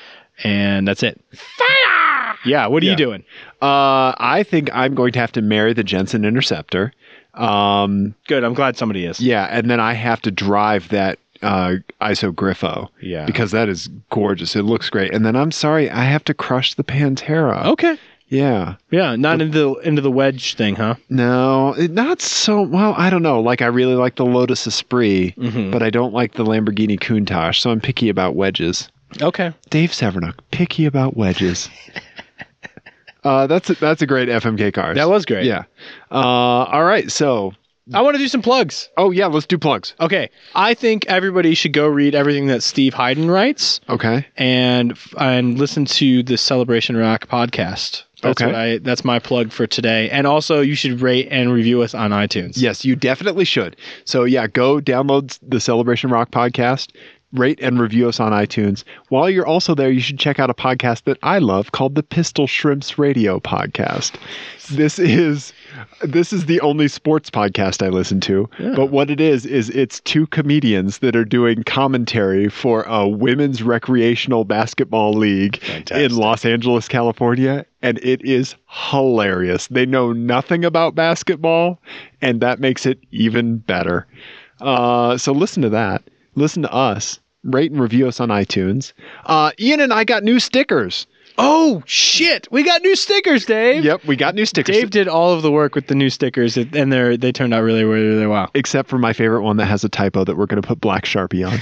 Speaker 1: and that's it. Fire! Yeah, what are
Speaker 2: Yeah.
Speaker 1: you doing?
Speaker 2: Uh, I think I'm going to have to marry the Jensen Interceptor. Um,
Speaker 1: Good. I'm glad somebody is.
Speaker 2: yeah, and then I have to drive that uh, ISO Griffo
Speaker 1: Yeah.
Speaker 2: because that is gorgeous. It looks great. And then I'm sorry, I have to crush the Pantera.
Speaker 1: Okay.
Speaker 2: Yeah.
Speaker 1: Yeah, not into the into the wedge thing, huh?
Speaker 2: No, it- not so. Well, I don't know. Like, I really like the Lotus Esprit,
Speaker 1: Mhm.
Speaker 2: but I don't like the Lamborghini Countach, so I'm picky about wedges.
Speaker 1: Okay.
Speaker 2: Dave Severnuk, picky about wedges. uh, that's a, that's a great FMK car.
Speaker 1: That was great.
Speaker 2: yeah. Uh, all right, so
Speaker 1: I want to do some plugs.
Speaker 2: oh yeah, let's do plugs.
Speaker 1: Okay, I think everybody should go read everything that Steve Hyden writes
Speaker 2: Okay,
Speaker 1: and and listen to the Celebration Rock podcast. That's
Speaker 2: Okay.
Speaker 1: what I that's my plug for today. And also you should rate and review us on iTunes.
Speaker 2: yes, you definitely should. So yeah, go download the Celebration Rock podcast. Rate and review us on iTunes. While you're also there, you should check out a podcast that I love called the Pistol Shrimps Radio Podcast. this is this is the only sports podcast I listen to. But what it is is it's two comedians that are doing commentary for a women's recreational basketball league in Los Angeles, California, and it is hilarious. They know nothing about basketball, and that makes it even better. Uh, so listen to that. Listen to us. rate and review us on iTunes. Uh, Ian and I got new stickers.
Speaker 1: Oh shit! We got new stickers, Dave.
Speaker 2: Yep, we got new stickers.
Speaker 1: Dave did all of the work with the new stickers, and they they turned out really really well.
Speaker 2: except for my favorite one that has a typo that we're going to put black sharpie on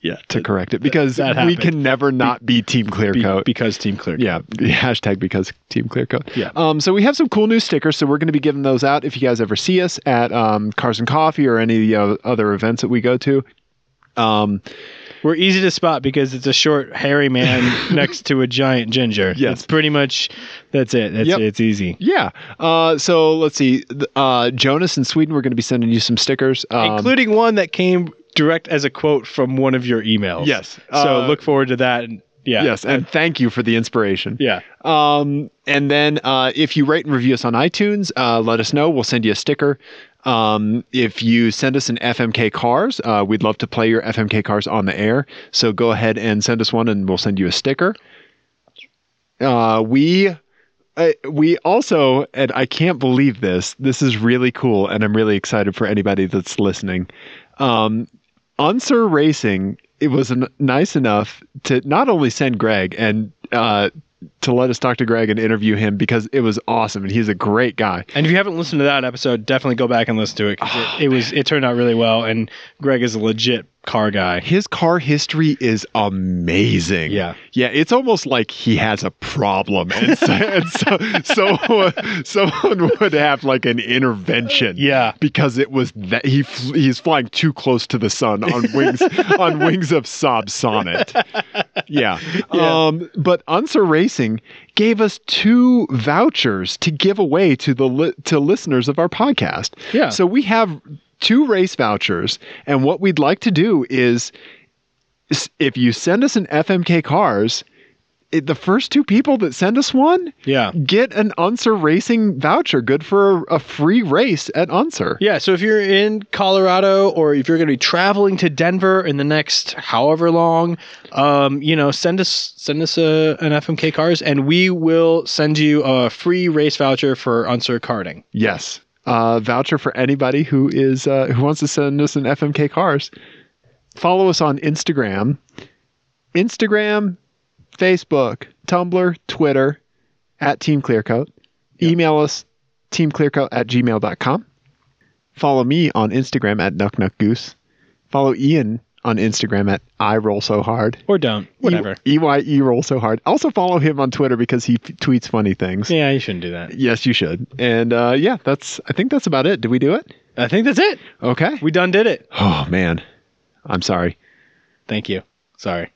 Speaker 1: Yeah,
Speaker 2: to correct it because
Speaker 1: that
Speaker 2: we
Speaker 1: happened.
Speaker 2: can never not be Team Clearcoat.
Speaker 1: because Team Clear.
Speaker 2: yeah, hashtag because Team Clearcoat.
Speaker 1: Yeah.
Speaker 2: Um, so we have some cool new stickers, so we're going to be giving those out if you guys ever see us at um, Cars and Coffee or any of the o- other events that we go to. Um,
Speaker 1: We're easy to spot because it's a short, hairy man next to a giant ginger.
Speaker 2: Yes.
Speaker 1: That's pretty much that's it. That's
Speaker 2: Yep.
Speaker 1: It's easy.
Speaker 2: yeah. Uh, so let's see. Th- Uh, Jonas in Sweden, we're going to be sending you some stickers. Um,
Speaker 1: Including one that came direct as a quote from one of your emails.
Speaker 2: Yes.
Speaker 1: so
Speaker 2: Uh,
Speaker 1: look forward to that. And, yeah.
Speaker 2: Yes, and thank you for the inspiration.
Speaker 1: Yeah.
Speaker 2: Um, and then uh, if you rate and review us on iTunes, uh, let us know. We'll send you a sticker. Um, if you send us an FMK cars, uh, we'd love to play your FMK cars on the air. So go ahead and send us one, and we'll send you a sticker. Uh, we. Uh, we also, and I can't believe this. This is really cool, and I'm really excited for anybody that's listening. Um, Unser Racing, it was n- nice enough to not only send Greg and uh, to let us talk to Greg and interview him because it was awesome and he's a great guy.
Speaker 1: And if you haven't listened to that episode, definitely go back and listen to it. 'cause it, it was it turned out really well, and Greg is a legit car guy.
Speaker 2: His car history is amazing.
Speaker 1: Yeah.
Speaker 2: Yeah, it's almost like he has a problem and so, and so, so someone would have like an intervention.
Speaker 1: Yeah.
Speaker 2: Because it was that he fl- he's flying too close to the sun on wings on wings of Sob Sonnet. Yeah.
Speaker 1: Yeah.
Speaker 2: Um, but Unser Racing gave us two vouchers to give away to the li- to listeners of our podcast.
Speaker 1: Yeah.
Speaker 2: So we have two race vouchers, and what we'd like to do is, s- if you send us an FMK cars, it, the first two people that send us one
Speaker 1: Yeah.
Speaker 2: get an Unser Racing voucher, good for a, a free race at Unser.
Speaker 1: Yeah, so if you're in Colorado or if you're going to be traveling to Denver in the next however long, um, you know, send us send us a, an FMK cars and we will send you a free race voucher for Unser karting.
Speaker 2: Yes. Uh, voucher for anybody who is uh, who wants to send us an FMK cars. Follow us on Instagram, Instagram, Facebook, Tumblr, Twitter, at Team Clearcoat. Email us teamclearcoat at gmail.com. Follow me on Instagram at nucknuckgoose. Follow Ian on Instagram at I roll so hard.
Speaker 1: Or don't, whatever.
Speaker 2: E Y E roll so hard. Also follow him on Twitter because he f- tweets funny things.
Speaker 1: yeah, you shouldn't do that.
Speaker 2: Yes, you should. And uh, yeah, that's. I think that's about it. Did we do it?
Speaker 1: I think that's it.
Speaker 2: Okay.
Speaker 1: We done did it.
Speaker 2: Oh man, I'm sorry.
Speaker 1: Thank you. Sorry.